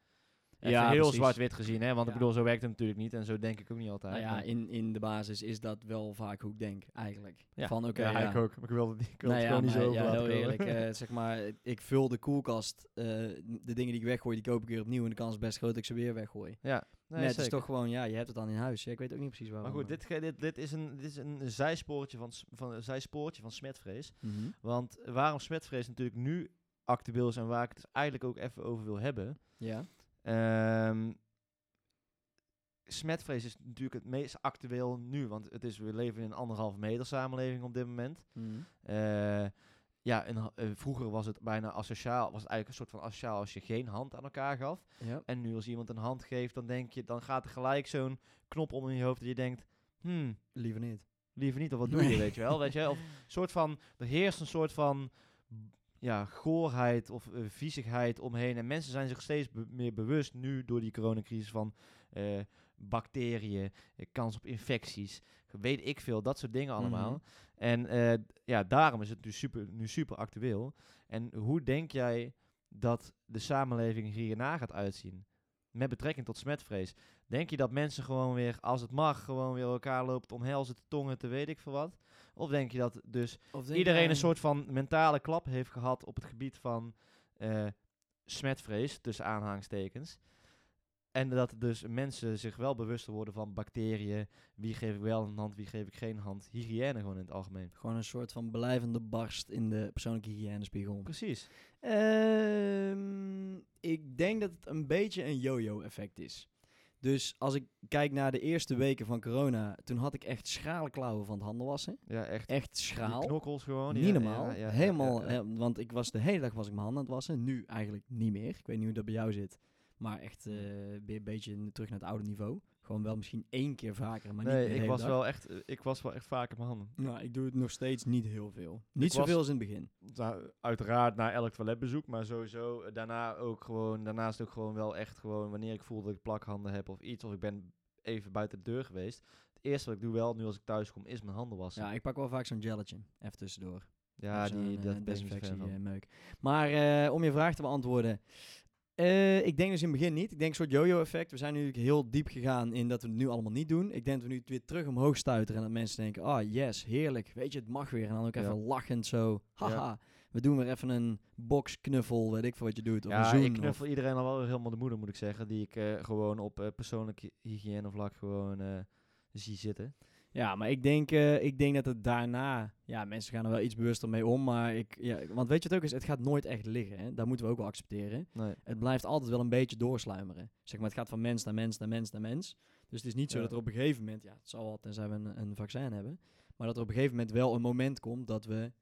[SPEAKER 2] Even
[SPEAKER 1] Ja,
[SPEAKER 2] heel
[SPEAKER 1] precies.
[SPEAKER 2] zwart-wit gezien, hè? Want ik
[SPEAKER 1] Ja.
[SPEAKER 2] bedoel, zo werkt het natuurlijk niet en zo denk ik ook niet altijd.
[SPEAKER 1] Nou ja,
[SPEAKER 2] maar-
[SPEAKER 1] in, in de basis is dat wel vaak hoe ik denk, eigenlijk.
[SPEAKER 2] Ja,
[SPEAKER 1] Van oké,
[SPEAKER 2] ja,
[SPEAKER 1] ja.
[SPEAKER 2] ik ook. Maar ik wilde het, niet- ik wilde
[SPEAKER 1] Nou
[SPEAKER 2] het
[SPEAKER 1] ja,
[SPEAKER 2] gewoon niet
[SPEAKER 1] maar
[SPEAKER 2] zo over
[SPEAKER 1] ja,
[SPEAKER 2] laten
[SPEAKER 1] heel
[SPEAKER 2] komen.
[SPEAKER 1] eerlijk. eh, zeg maar, ik vul de koelkast. eh, de dingen die ik weggooi, die koop ik weer opnieuw. En de kans is best groot dat ik ze weer weggooi. Nee,
[SPEAKER 2] ja, nee,
[SPEAKER 1] het is
[SPEAKER 2] zeker.
[SPEAKER 1] toch eh, gewoon, ja, je hebt het dan in huis. Ja, ik weet ook niet precies waarom.
[SPEAKER 2] Maar goed, dit, ge- dit, dit is een, dit is een zijspoortje van, s- van, een zijspoortje van smetvrees.
[SPEAKER 1] Mhm.
[SPEAKER 2] Want waarom smetvrees natuurlijk nu actueel is en waar ik het eigenlijk ook even over wil hebben.
[SPEAKER 1] Ja,
[SPEAKER 2] Ehm, smetvrees is natuurlijk het meest actueel nu. Want het is, we leven in een anderhalve meter samenleving op dit moment.
[SPEAKER 1] Mhm.
[SPEAKER 2] Eh, ja, en, ha- eh, vroeger was het bijna asociaal. Was het eigenlijk een soort van asociaal als je geen hand aan elkaar gaf.
[SPEAKER 1] ja.
[SPEAKER 2] En nu als iemand een hand geeft, dan denk je, dan gaat er gelijk zo'n knop om in je hoofd dat je denkt, hmm,
[SPEAKER 1] liever niet.
[SPEAKER 2] liever niet, of wat doe je,
[SPEAKER 1] Nee.
[SPEAKER 2] weet je wel, weet je, wel. of soort van, er heerst een soort van, ja, goorheid of eh, viezigheid omheen, en mensen zijn zich steeds be- meer bewust nu door die coronacrisis van eh, bacteriën, eh, kans op infecties, weet ik veel, dat soort dingen allemaal.
[SPEAKER 1] Mhm.
[SPEAKER 2] En eh, d- ja, daarom is het nu super, nu super actueel. En hoe denk jij dat de samenleving hierna gaat uitzien? Met betrekking tot smetvrees. Denk je dat mensen gewoon weer, als het mag, gewoon weer elkaar lopen te omhelzen, te tongen, te weet ik veel wat? Of denk je dat dus
[SPEAKER 1] Of denk
[SPEAKER 2] iedereen
[SPEAKER 1] jij-
[SPEAKER 2] een soort van mentale klap heeft gehad op het gebied van eh, smetvrees, tussen aanhangstekens? En dat dus mensen zich wel bewust worden van bacteriën. Wie geef ik wel een hand, wie geef ik geen hand. Hygiëne gewoon in het algemeen.
[SPEAKER 1] Gewoon een soort van blijvende barst in de persoonlijke hygiënespiegel.
[SPEAKER 2] Precies.
[SPEAKER 1] Ehm, ik denk dat het een beetje een yo-yo-effect is. Dus als ik kijk naar de eerste weken van corona, toen had ik echt schrale klauwen van het handen wassen.
[SPEAKER 2] Ja, echt.
[SPEAKER 1] Echt
[SPEAKER 2] Die
[SPEAKER 1] schraal.
[SPEAKER 2] knokkels gewoon.
[SPEAKER 1] Niet
[SPEAKER 2] Oh, ja,
[SPEAKER 1] normaal.
[SPEAKER 2] ja, ja, ja,
[SPEAKER 1] Helemaal.
[SPEAKER 2] ja, ja.
[SPEAKER 1] eh, want ik was de hele dag was ik mijn handen aan het wassen. Nu eigenlijk niet meer. Ik weet niet hoe dat bij jou zit. Maar
[SPEAKER 2] Hm.
[SPEAKER 1] echt eh, weer een beetje n- terug naar het oude niveau. Gewoon wel misschien één keer vaker, maar niet
[SPEAKER 2] Nee,
[SPEAKER 1] de
[SPEAKER 2] ik
[SPEAKER 1] hele
[SPEAKER 2] was,
[SPEAKER 1] dag.
[SPEAKER 2] wel echt, eh, ik was wel echt vaak in mijn handen.
[SPEAKER 1] Nou, ik doe het nog steeds niet heel veel. Niet
[SPEAKER 2] was-
[SPEAKER 1] zoveel als in het begin.
[SPEAKER 2] Nou, uiteraard na elk toiletbezoek, maar sowieso eh, daarna ook gewoon, daarnaast ook gewoon wel echt gewoon wanneer ik voel dat ik plakhanden heb of iets, of ik ben even buiten de deur geweest. Het eerste wat ik doe wel, nu als ik thuis kom, is mijn handen wassen.
[SPEAKER 1] Ja, ik pak wel vaak zo'n gelletje. Even tussendoor.
[SPEAKER 2] Ja,
[SPEAKER 1] Of zo'n,
[SPEAKER 2] die,
[SPEAKER 1] eh,
[SPEAKER 2] dat ben ik niet zo fan
[SPEAKER 1] desinfectie,
[SPEAKER 2] van.
[SPEAKER 1] eh, meuk. Maar eh, om je vraag te beantwoorden. eh, ik denk dus in het begin niet. Ik denk een soort yo-yo-effect. We zijn nu heel diep gegaan in dat we het nu allemaal niet doen. Ik denk dat we nu het weer terug omhoog stuiteren. En dat mensen denken, ah yes, heerlijk. Weet je, het mag weer. En dan ook
[SPEAKER 2] Ja.
[SPEAKER 1] even lachend zo. Haha, we doen weer even een boxknuffel. Weet ik veel wat je doet. Of een
[SPEAKER 2] Ja,
[SPEAKER 1] zoen.
[SPEAKER 2] ik
[SPEAKER 1] of-
[SPEAKER 2] knuffel iedereen al wel weer helemaal de moeder, moet ik zeggen. Die ik eh, gewoon op eh, persoonlijk hy- hygiënevlak gewoon eh, zie zitten.
[SPEAKER 1] Ja, maar ik denk, eh, ik denk dat het daarna... Ja, mensen gaan er wel iets bewuster mee om. Maar ik... Ja, want weet je wat ook is? Het gaat nooit echt liggen. Hè? Dat moeten we ook wel accepteren.
[SPEAKER 2] Nee.
[SPEAKER 1] het blijft altijd wel een beetje doorsluimeren. Zeg maar, het gaat van mens naar mens naar mens naar mens. Dus het is niet zo
[SPEAKER 2] Ja.
[SPEAKER 1] dat er op een gegeven moment, ja, het zal wel tenzij we een, een vaccin hebben, maar dat er op een gegeven moment wel een moment komt dat we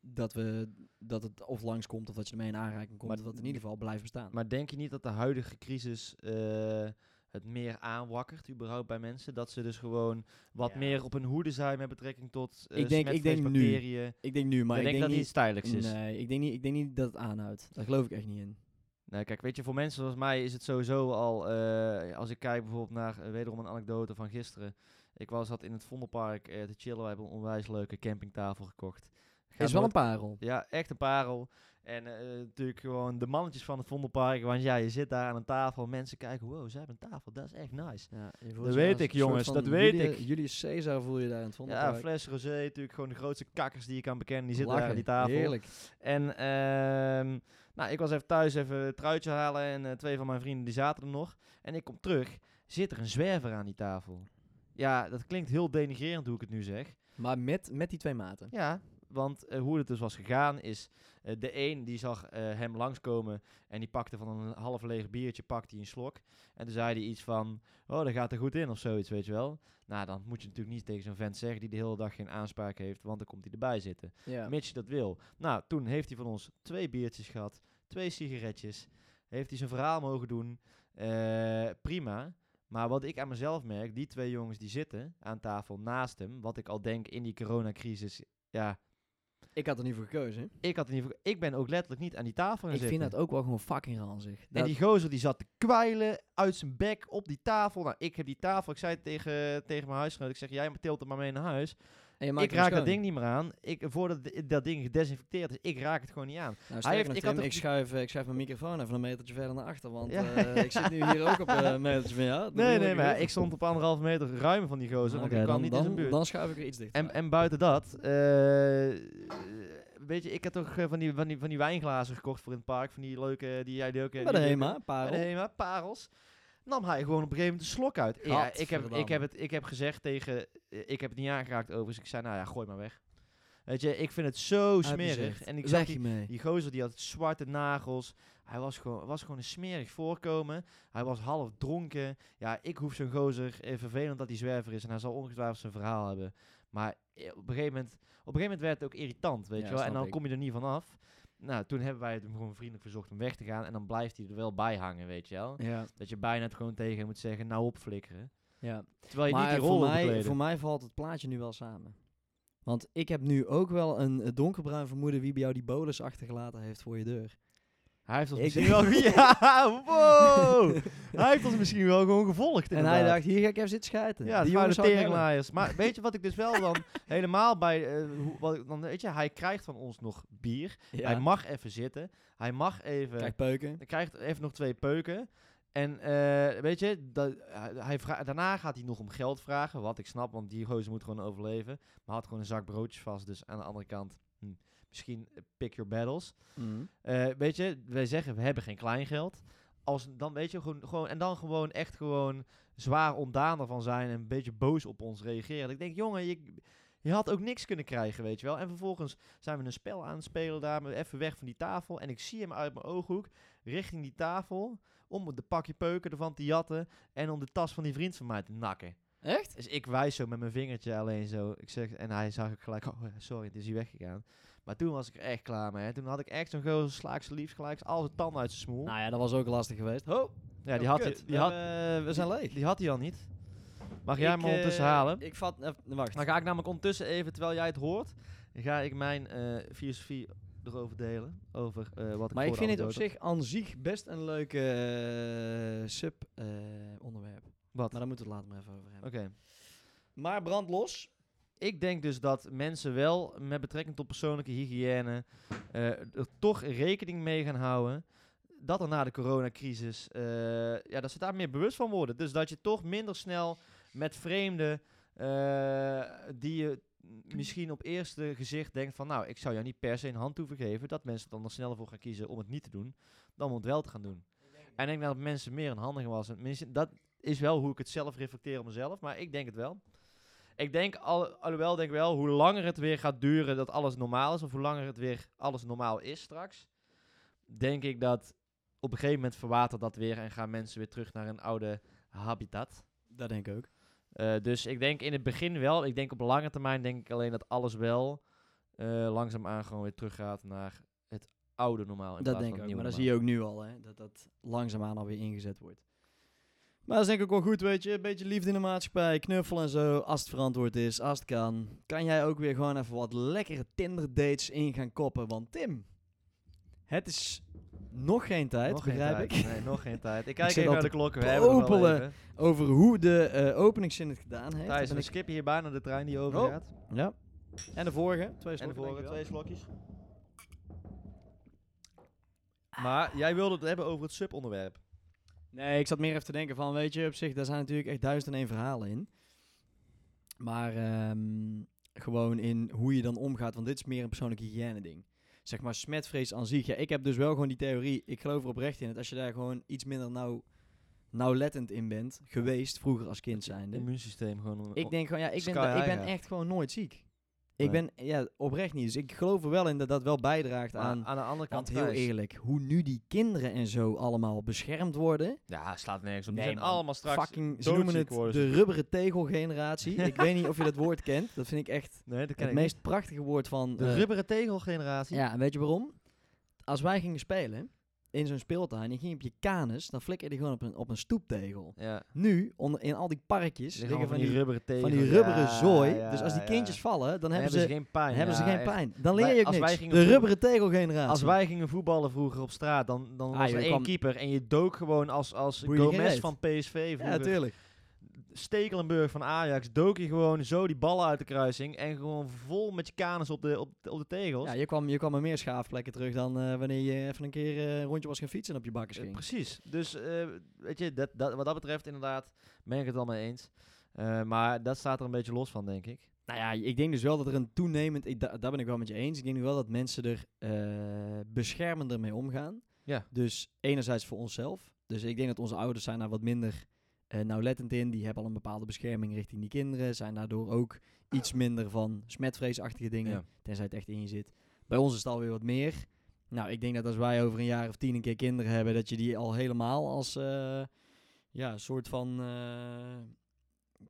[SPEAKER 1] dat we dat het of langskomt of dat je ermee in aanraking komt, of
[SPEAKER 2] Maar
[SPEAKER 1] dat het in ieder geval blijft bestaan.
[SPEAKER 2] Maar denk je niet dat de huidige crisis eh, het meer aanwakkert, überhaupt bij mensen? Dat ze dus gewoon wat
[SPEAKER 1] Ja.
[SPEAKER 2] meer op hun hoede zijn met betrekking tot eh
[SPEAKER 1] Ik denk- ik denk nu.
[SPEAKER 2] smetvleesbacteriën?
[SPEAKER 1] ik denk nu, maar
[SPEAKER 2] ik denk, dat
[SPEAKER 1] niet,
[SPEAKER 2] iets tijdelijks is.
[SPEAKER 1] nee, ik denk niet, ik denk niet dat het aanhoudt. Daar geloof ik echt niet in.
[SPEAKER 2] Nou, kijk, weet je, voor mensen zoals mij is het sowieso al... eh, als ik kijk bijvoorbeeld naar eh, wederom een anekdote van gisteren. Ik was, had in het Vondelpark eh, te chillen. Wij hebben een onwijs leuke campingtafel gekocht. Gaat
[SPEAKER 1] is wel
[SPEAKER 2] nooit
[SPEAKER 1] een parel.
[SPEAKER 2] Ja, echt een parel. En eh, natuurlijk gewoon de mannetjes van het Vondelpark. Want ja, je zit daar aan een tafel. Mensen kijken, wow, zij hebben een tafel. Dat is echt nice.
[SPEAKER 1] Ja, je voelt je
[SPEAKER 2] weet
[SPEAKER 1] wel
[SPEAKER 2] ik,
[SPEAKER 1] een soort
[SPEAKER 2] jongens,
[SPEAKER 1] van
[SPEAKER 2] dat weet
[SPEAKER 1] Julia-
[SPEAKER 2] ik.
[SPEAKER 1] Julius Caesar voel je daar in het
[SPEAKER 2] Ja,
[SPEAKER 1] vondelpark.
[SPEAKER 2] fles rosé. Natuurlijk gewoon de grootste kakkers die je kan bekennen. Die zitten daar
[SPEAKER 1] Lachen,
[SPEAKER 2] aan die tafel.
[SPEAKER 1] Heerlijk.
[SPEAKER 2] En ehm, nou, ik was even thuis even een truitje halen. En eh, twee van mijn vrienden die zaten er nog. En ik kom terug. Zit er een zwerver aan die tafel. Ja, dat klinkt heel denigrerend hoe ik het nu zeg.
[SPEAKER 1] Maar met, met die twee maten.
[SPEAKER 2] Ja, want eh, hoe het dus was gegaan is... eh, de een die zag eh, hem langskomen en die pakte van een half leeg biertje pakte hij een slok. En toen zei hij iets van, oh, dat gaat er goed in of zoiets, weet je wel. Nou, dan moet je natuurlijk niet tegen zo'n vent zeggen die de hele dag geen aanspraak heeft, want dan komt hij erbij zitten.
[SPEAKER 1] Ja.
[SPEAKER 2] Mits je dat wil. Nou, toen heeft hij van ons twee biertjes gehad, twee sigaretjes. Heeft hij zijn verhaal mogen doen. Eh, prima. Maar wat ik aan mezelf merk, die twee jongens die zitten aan tafel naast hem, wat ik al denk in die coronacrisis, ja,
[SPEAKER 1] Ik had er niet voor gekozen.
[SPEAKER 2] ik had in ieder geval, ik ben ook letterlijk niet aan die tafel gaan
[SPEAKER 1] Ik
[SPEAKER 2] zitten.
[SPEAKER 1] vind dat ook wel gewoon fucking ranzig. Dat,
[SPEAKER 2] En die gozer die zat te kwijlen uit zijn bek op die tafel. Nou, ik heb die tafel. Ik zei tegen, tegen mijn huisgenoot, ik zeg, jij tilt het maar mee naar huis.
[SPEAKER 1] en je maakt
[SPEAKER 2] Ik
[SPEAKER 1] hem
[SPEAKER 2] raak dat
[SPEAKER 1] schoon.
[SPEAKER 2] ding niet meer aan. Ik, voordat de- dat ding gedesinfecteerd is, ik raak het gewoon niet aan.
[SPEAKER 1] Nou, sterker
[SPEAKER 2] heeft-
[SPEAKER 1] nog,
[SPEAKER 2] ik
[SPEAKER 1] Tim,
[SPEAKER 2] had
[SPEAKER 1] ik,
[SPEAKER 2] ook-
[SPEAKER 1] schuif, eh, ik schuif mijn microfoon even een metertje verder naar achter. Want
[SPEAKER 2] Ja.
[SPEAKER 1] eh, ik zit nu hier ook op eh, een metertje van jou. Dat
[SPEAKER 2] Nee,
[SPEAKER 1] bedoel
[SPEAKER 2] nee,
[SPEAKER 1] ik
[SPEAKER 2] maar ja,
[SPEAKER 1] niet.
[SPEAKER 2] ik stond op anderhalve meter ruim van die gozer, want
[SPEAKER 1] Ah, Oké,
[SPEAKER 2] ik kwam
[SPEAKER 1] dan,
[SPEAKER 2] niet
[SPEAKER 1] dan,
[SPEAKER 2] in zijn buurt.
[SPEAKER 1] dan schuif ik er iets dichter.
[SPEAKER 2] En, en buiten dat, eh, weet je, ik had toch eh, van die, van, die, van die wijnglazen gekocht voor in het park. Van die leuke, die jij die ook... eh,
[SPEAKER 1] bij de
[SPEAKER 2] die leuke-
[SPEAKER 1] HEMA, parel.
[SPEAKER 2] Bij de HEMA, parels. Nam hij gewoon op een gegeven moment een slok uit. Ja, ik heb,
[SPEAKER 1] Gadverdamme.
[SPEAKER 2] ik, heb het, ik heb gezegd tegen... eh, Ik heb het niet aangeraakt overigens. Ik zei, nou ja, gooi maar weg. Weet je, ik vind het zo
[SPEAKER 1] Uit mijn
[SPEAKER 2] smerig.
[SPEAKER 1] zicht.
[SPEAKER 2] En ik
[SPEAKER 1] Weg
[SPEAKER 2] zag die,
[SPEAKER 1] hiermee.
[SPEAKER 2] die gozer, die had zwarte nagels. Hij was gewoon, was gewoon een smerig voorkomen. Hij was half dronken. Ja, ik hoef zo'n gozer... eh, vervelend dat hij zwerver is. En hij zal ongetwijfeld zijn verhaal hebben. Maar eh, op een gegeven moment, op een gegeven moment werd het ook irritant, weet
[SPEAKER 1] Ja,
[SPEAKER 2] je wel. En
[SPEAKER 1] snap
[SPEAKER 2] dan
[SPEAKER 1] ik.
[SPEAKER 2] kom je er niet vanaf. Nou, toen hebben wij het hem gewoon vriendelijk verzocht om weg te gaan. En dan blijft hij er wel bij hangen, weet je wel.
[SPEAKER 1] Ja,
[SPEAKER 2] Dat je bijna het gewoon tegen hem moet zeggen, nou opflikkeren.
[SPEAKER 1] ja.
[SPEAKER 2] Terwijl je
[SPEAKER 1] maar
[SPEAKER 2] niet die rol
[SPEAKER 1] voor,
[SPEAKER 2] wil
[SPEAKER 1] mij,
[SPEAKER 2] bekleden.
[SPEAKER 1] voor mij valt het plaatje nu wel samen. Want ik heb nu ook wel een eh, donkerbruin vermoeden wie bij jou die bolus achtergelaten heeft voor je deur.
[SPEAKER 2] Hij heeft ons
[SPEAKER 1] Ik-
[SPEAKER 2] misschien wel... Ja, wow! hij heeft ons misschien wel gewoon gevolgd,
[SPEAKER 1] En hij
[SPEAKER 2] inderdaad.
[SPEAKER 1] dacht, hier ga ik even zitten schijten.
[SPEAKER 2] Ja,
[SPEAKER 1] die
[SPEAKER 2] die
[SPEAKER 1] jongens
[SPEAKER 2] vuile
[SPEAKER 1] zou ik hebben.
[SPEAKER 2] teringlaaiers. Maar weet je wat ik dus wel dan helemaal bij... eh, hoe- wat, ik dan, weet je, hij krijgt van ons nog bier.
[SPEAKER 1] Ja.
[SPEAKER 2] Hij mag even zitten. Hij mag even...
[SPEAKER 1] Krijg peuken.
[SPEAKER 2] Hij krijgt even nog twee peuken. En eh, weet je, dat, hij- hij vra- daarna gaat hij nog om geld vragen. Wat ik snap, want die gozer moet gewoon overleven. Maar had gewoon een zak broodjes vast. Dus aan de andere kant, hm, misschien eh, pick your battles.
[SPEAKER 1] Mhm.
[SPEAKER 2] Eh, weet je, wij zeggen we hebben geen kleingeld. als, dan weet je gewoon, gewoon, en dan gewoon echt gewoon zwaar ontdaan ervan zijn en een beetje boos op ons reageren. Dat ik denk, jongen, je, je had ook niks kunnen krijgen, weet je wel. En vervolgens zijn we een spel aan het spelen daar, maar even weg van die tafel. En ik zie hem uit mijn ooghoek richting die tafel om de pakje peuken ervan te jatten en om de tas van die vriend van mij te nakken.
[SPEAKER 1] Echt?
[SPEAKER 2] Dus ik wijs zo met mijn vingertje alleen zo. Ik zeg, en hij zag ik gelijk, oh sorry, het is hier weggegaan. Maar toen was ik er echt klaar mee. Hè. Toen had ik echt zo'n gozer slaakse liefst gelijk al zijn tanden uit zijn smoel.
[SPEAKER 1] Nou ja, dat was ook lastig geweest. Ho!
[SPEAKER 2] ja, die had, hij-
[SPEAKER 1] Oh, kut.
[SPEAKER 2] die,
[SPEAKER 1] We
[SPEAKER 2] had,
[SPEAKER 1] hebben- we zijn
[SPEAKER 2] die-
[SPEAKER 1] leeg.
[SPEAKER 2] Die had hij al niet. Mag jij
[SPEAKER 1] Ik,
[SPEAKER 2] me ondertussen
[SPEAKER 1] eh,
[SPEAKER 2] halen?
[SPEAKER 1] Ik vat... eh, wacht.
[SPEAKER 2] Dan ga ik namelijk ondertussen even, terwijl jij het hoort, ga ik mijn eh, filosofie erover delen. Over eh, wat ik
[SPEAKER 1] Maar ik
[SPEAKER 2] voor de
[SPEAKER 1] vind het op
[SPEAKER 2] anekdote-
[SPEAKER 1] zich aan zich best een leuk eh, sub sub-onderwerp.
[SPEAKER 2] Wat?
[SPEAKER 1] maar daar moeten we het later maar even over hebben.
[SPEAKER 2] Nou, Oké.
[SPEAKER 1] Maar brand los.
[SPEAKER 2] Ik denk dus dat mensen wel met betrekking tot persoonlijke hygiëne eh, er toch rekening mee gaan houden. Dat er na de coronacrisis, eh, ja, dat ze daar meer bewust van worden. Dus dat je toch minder snel met vreemden eh, die je misschien op eerste gezicht denkt van... nou, ik zou jou niet per se een hand toevergeven... dat mensen dan er sneller voor gaan kiezen om het niet te doen... dan om het wel te gaan doen. En ik denk dat mensen meer een handige was. Tenminste, dat is wel hoe ik het zelf reflecteer op mezelf, maar ik denk het wel. Ik denk, al, alhoewel denk ik wel, hoe langer het weer gaat duren dat alles normaal is, of hoe langer het weer alles normaal is straks, denk ik dat op een gegeven moment verwatert dat weer en gaan mensen weer terug naar hun oude habitat.
[SPEAKER 1] Dat denk ik ook.
[SPEAKER 2] Eh, dus ik denk in het begin wel, ik denk op lange termijn denk ik alleen dat alles wel langzaam langzaamaan gewoon weer teruggaat naar het oude normaal.
[SPEAKER 1] Dat
[SPEAKER 2] in plaats
[SPEAKER 1] denk
[SPEAKER 2] van
[SPEAKER 1] ik
[SPEAKER 2] het
[SPEAKER 1] ook. Maar
[SPEAKER 2] nieuwe
[SPEAKER 1] dat
[SPEAKER 2] normaal.
[SPEAKER 1] zie je ook nu al, hè. Dat dat langzaamaan alweer ingezet wordt. Maar dat is denk ik ook wel goed, weet je. Een beetje liefde in de maatschappij, knuffelen en zo. Als het verantwoord is, als het kan. Kan jij ook weer gewoon even wat lekkere Tinder dates in gaan koppen. Want Tim, het is nog geen tijd,
[SPEAKER 2] Nog geen
[SPEAKER 1] begrijp ik.
[SPEAKER 2] tijd. Nee, nog geen tijd. Ik kijk
[SPEAKER 1] zit
[SPEAKER 2] even
[SPEAKER 1] al
[SPEAKER 2] naar de
[SPEAKER 1] te
[SPEAKER 2] klokken. We hebben nog wel
[SPEAKER 1] popelen.
[SPEAKER 2] even.
[SPEAKER 1] Over hoe de eh openingszin het gedaan heeft. Ben
[SPEAKER 2] Thijs, we
[SPEAKER 1] ik- Oh.
[SPEAKER 2] skippen hier bijna de trein die overgaat.
[SPEAKER 1] Ja. En de vorige. Twee
[SPEAKER 2] En
[SPEAKER 1] slokken,
[SPEAKER 2] de vorige
[SPEAKER 1] dankjewel.
[SPEAKER 2] twee slokjes. Maar jij wilde het hebben over het subonderwerp.
[SPEAKER 1] Nee, ik zat meer even te denken van, weet je, op zich, daar zijn natuurlijk echt duizend en één verhalen in. Maar ehm, gewoon in hoe je dan omgaat, want dit is meer een persoonlijke hygiëne ding. Zeg maar smetvrees aan zich. Ja, ik heb dus wel gewoon die theorie, ik geloof er oprecht in, dat als je daar gewoon iets minder nauw, nauwlettend in bent geweest, vroeger als kind zijnde.
[SPEAKER 2] immuunsysteem gewoon.
[SPEAKER 1] Ik denk gewoon, ja, ik ben,
[SPEAKER 2] Sky
[SPEAKER 1] da- ik
[SPEAKER 2] high
[SPEAKER 1] ben
[SPEAKER 2] gaat.
[SPEAKER 1] echt gewoon nooit ziek.
[SPEAKER 2] Nee.
[SPEAKER 1] Ik ben, ja, oprecht niet. Dus ik geloof er wel in dat dat wel bijdraagt aan...
[SPEAKER 2] aan, aan de andere kant
[SPEAKER 1] Want heel
[SPEAKER 2] Thijs.
[SPEAKER 1] eerlijk, hoe nu die kinderen en zo allemaal beschermd worden...
[SPEAKER 2] Ja, slaat nergens op.
[SPEAKER 1] Nee,
[SPEAKER 2] die zijn
[SPEAKER 1] man.
[SPEAKER 2] allemaal straks.
[SPEAKER 1] fucking, ze noemen
[SPEAKER 2] doodziek
[SPEAKER 1] het
[SPEAKER 2] worden
[SPEAKER 1] de rubberen tegelgeneratie. ik weet niet of je dat woord kent. Dat vind ik echt
[SPEAKER 2] nee, dat
[SPEAKER 1] het meest prachtige woord van...
[SPEAKER 2] De
[SPEAKER 1] eh,
[SPEAKER 2] rubberen tegelgeneratie.
[SPEAKER 1] ja, en weet je waarom? Als wij gingen spelen in zo'n speeltuin en je ging op je kanus, dan flikkerde je gewoon op een, op een stoeptegel.
[SPEAKER 2] ja.
[SPEAKER 1] Nu, onder, in al die parkjes,
[SPEAKER 2] Liggen
[SPEAKER 1] liggen van die,
[SPEAKER 2] rubberen tegels.
[SPEAKER 1] van die rubberen
[SPEAKER 2] Ja,
[SPEAKER 1] zooi.
[SPEAKER 2] ja,
[SPEAKER 1] dus als die
[SPEAKER 2] ja.
[SPEAKER 1] kindjes vallen, dan
[SPEAKER 2] Dan
[SPEAKER 1] hebben ze,
[SPEAKER 2] geen pijn.
[SPEAKER 1] dan hebben ze
[SPEAKER 2] Ja,
[SPEAKER 1] geen
[SPEAKER 2] echt.
[SPEAKER 1] pijn. Dan
[SPEAKER 2] Wij-
[SPEAKER 1] leer je ook
[SPEAKER 2] als wij
[SPEAKER 1] niks.
[SPEAKER 2] gingen
[SPEAKER 1] de
[SPEAKER 2] voet-
[SPEAKER 1] rubberen tegelgeneratie.
[SPEAKER 2] Als wij gingen voetballen vroeger op straat, dan, dan
[SPEAKER 1] Ah,
[SPEAKER 2] was
[SPEAKER 1] joh,
[SPEAKER 2] er
[SPEAKER 1] je
[SPEAKER 2] één
[SPEAKER 1] kwam-
[SPEAKER 2] keeper en je dook gewoon als, als
[SPEAKER 1] Boeide geen
[SPEAKER 2] Gomez
[SPEAKER 1] reet.
[SPEAKER 2] van PSV
[SPEAKER 1] ja,
[SPEAKER 2] vroeger.
[SPEAKER 1] tuurlijk.
[SPEAKER 2] Stekelenburg van Ajax dook je gewoon zo die ballen uit de kruising en gewoon vol met je kanus op de, op, de- op de tegels.
[SPEAKER 1] Ja, je kwam, je kwam er meer schaafplekken terug dan eh, wanneer je even een keer eh, een rondje was gaan fietsen en op je bakkers
[SPEAKER 2] Eh,
[SPEAKER 1] ging.
[SPEAKER 2] precies. Dus eh, weet je, dat, dat, wat dat betreft inderdaad ben ik het wel mee eens. Eh, maar dat staat er een beetje los van, denk ik.
[SPEAKER 1] Nou ja, ik denk dus wel dat er een toenemend... Ik, da- daar ben ik wel met je eens. Ik denk wel dat mensen er eh, beschermender mee omgaan.
[SPEAKER 2] Ja.
[SPEAKER 1] Dus enerzijds voor onszelf. Dus ik denk dat onze ouders zijn daar wat minder eh nauwlettend in. Die hebben al een bepaalde bescherming richting die kinderen. Zijn daardoor ook iets minder van smetvreesachtige dingen.
[SPEAKER 2] Ja.
[SPEAKER 1] Tenzij het echt in je zit. Bij ons is het alweer wat meer. Nou, ik denk dat als wij over een jaar of tien een keer kinderen hebben... dat je die al helemaal als eh, ja, een soort van... eh,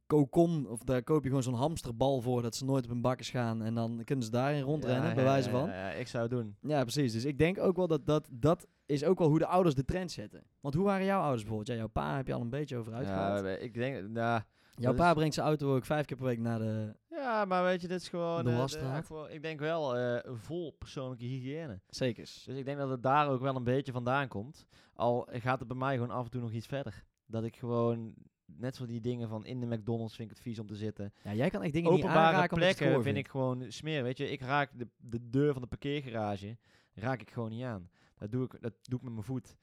[SPEAKER 1] kokon, of daar koop je gewoon zo'n hamsterbal voor, dat ze nooit op hun bakkers gaan. En dan kunnen ze daarin rondrennen,
[SPEAKER 2] Ja,
[SPEAKER 1] bij
[SPEAKER 2] ja,
[SPEAKER 1] wijze
[SPEAKER 2] ja,
[SPEAKER 1] van. Ja,
[SPEAKER 2] Ja, ja, ik zou het doen.
[SPEAKER 1] precies. Dus ik denk ook wel dat, dat dat is ook wel hoe de ouders de trend zetten. Want hoe waren jouw ouders bijvoorbeeld? Ja, jouw pa heb je al een beetje over uitgehaald.
[SPEAKER 2] Ja, ik denk, nou,
[SPEAKER 1] jouw
[SPEAKER 2] dat
[SPEAKER 1] pa
[SPEAKER 2] is-
[SPEAKER 1] brengt zijn auto ook vijf keer per week naar de...
[SPEAKER 2] ja, maar weet je, dit is gewoon,
[SPEAKER 1] De
[SPEAKER 2] eh,
[SPEAKER 1] wasstraat.
[SPEAKER 2] gewoon- ik denk wel eh, vol persoonlijke hygiëne.
[SPEAKER 1] Zekers.
[SPEAKER 2] Dus ik denk dat het daar ook wel een beetje vandaan komt. Al gaat het bij mij gewoon af en toe nog iets verder. Dat ik gewoon, net zoals die dingen van in de McDonald's vind ik het vies om te zitten.
[SPEAKER 1] Ja, jij kan echt dingen niet
[SPEAKER 2] Openbare
[SPEAKER 1] aanraken omdat je het
[SPEAKER 2] plekken
[SPEAKER 1] goor
[SPEAKER 2] vind ik
[SPEAKER 1] vindt.
[SPEAKER 2] gewoon smeer. Weet je, ik raak de, de deur van de parkeergarage, raak ik gewoon niet aan. Dat doe ik, dat doe ik met mijn voet.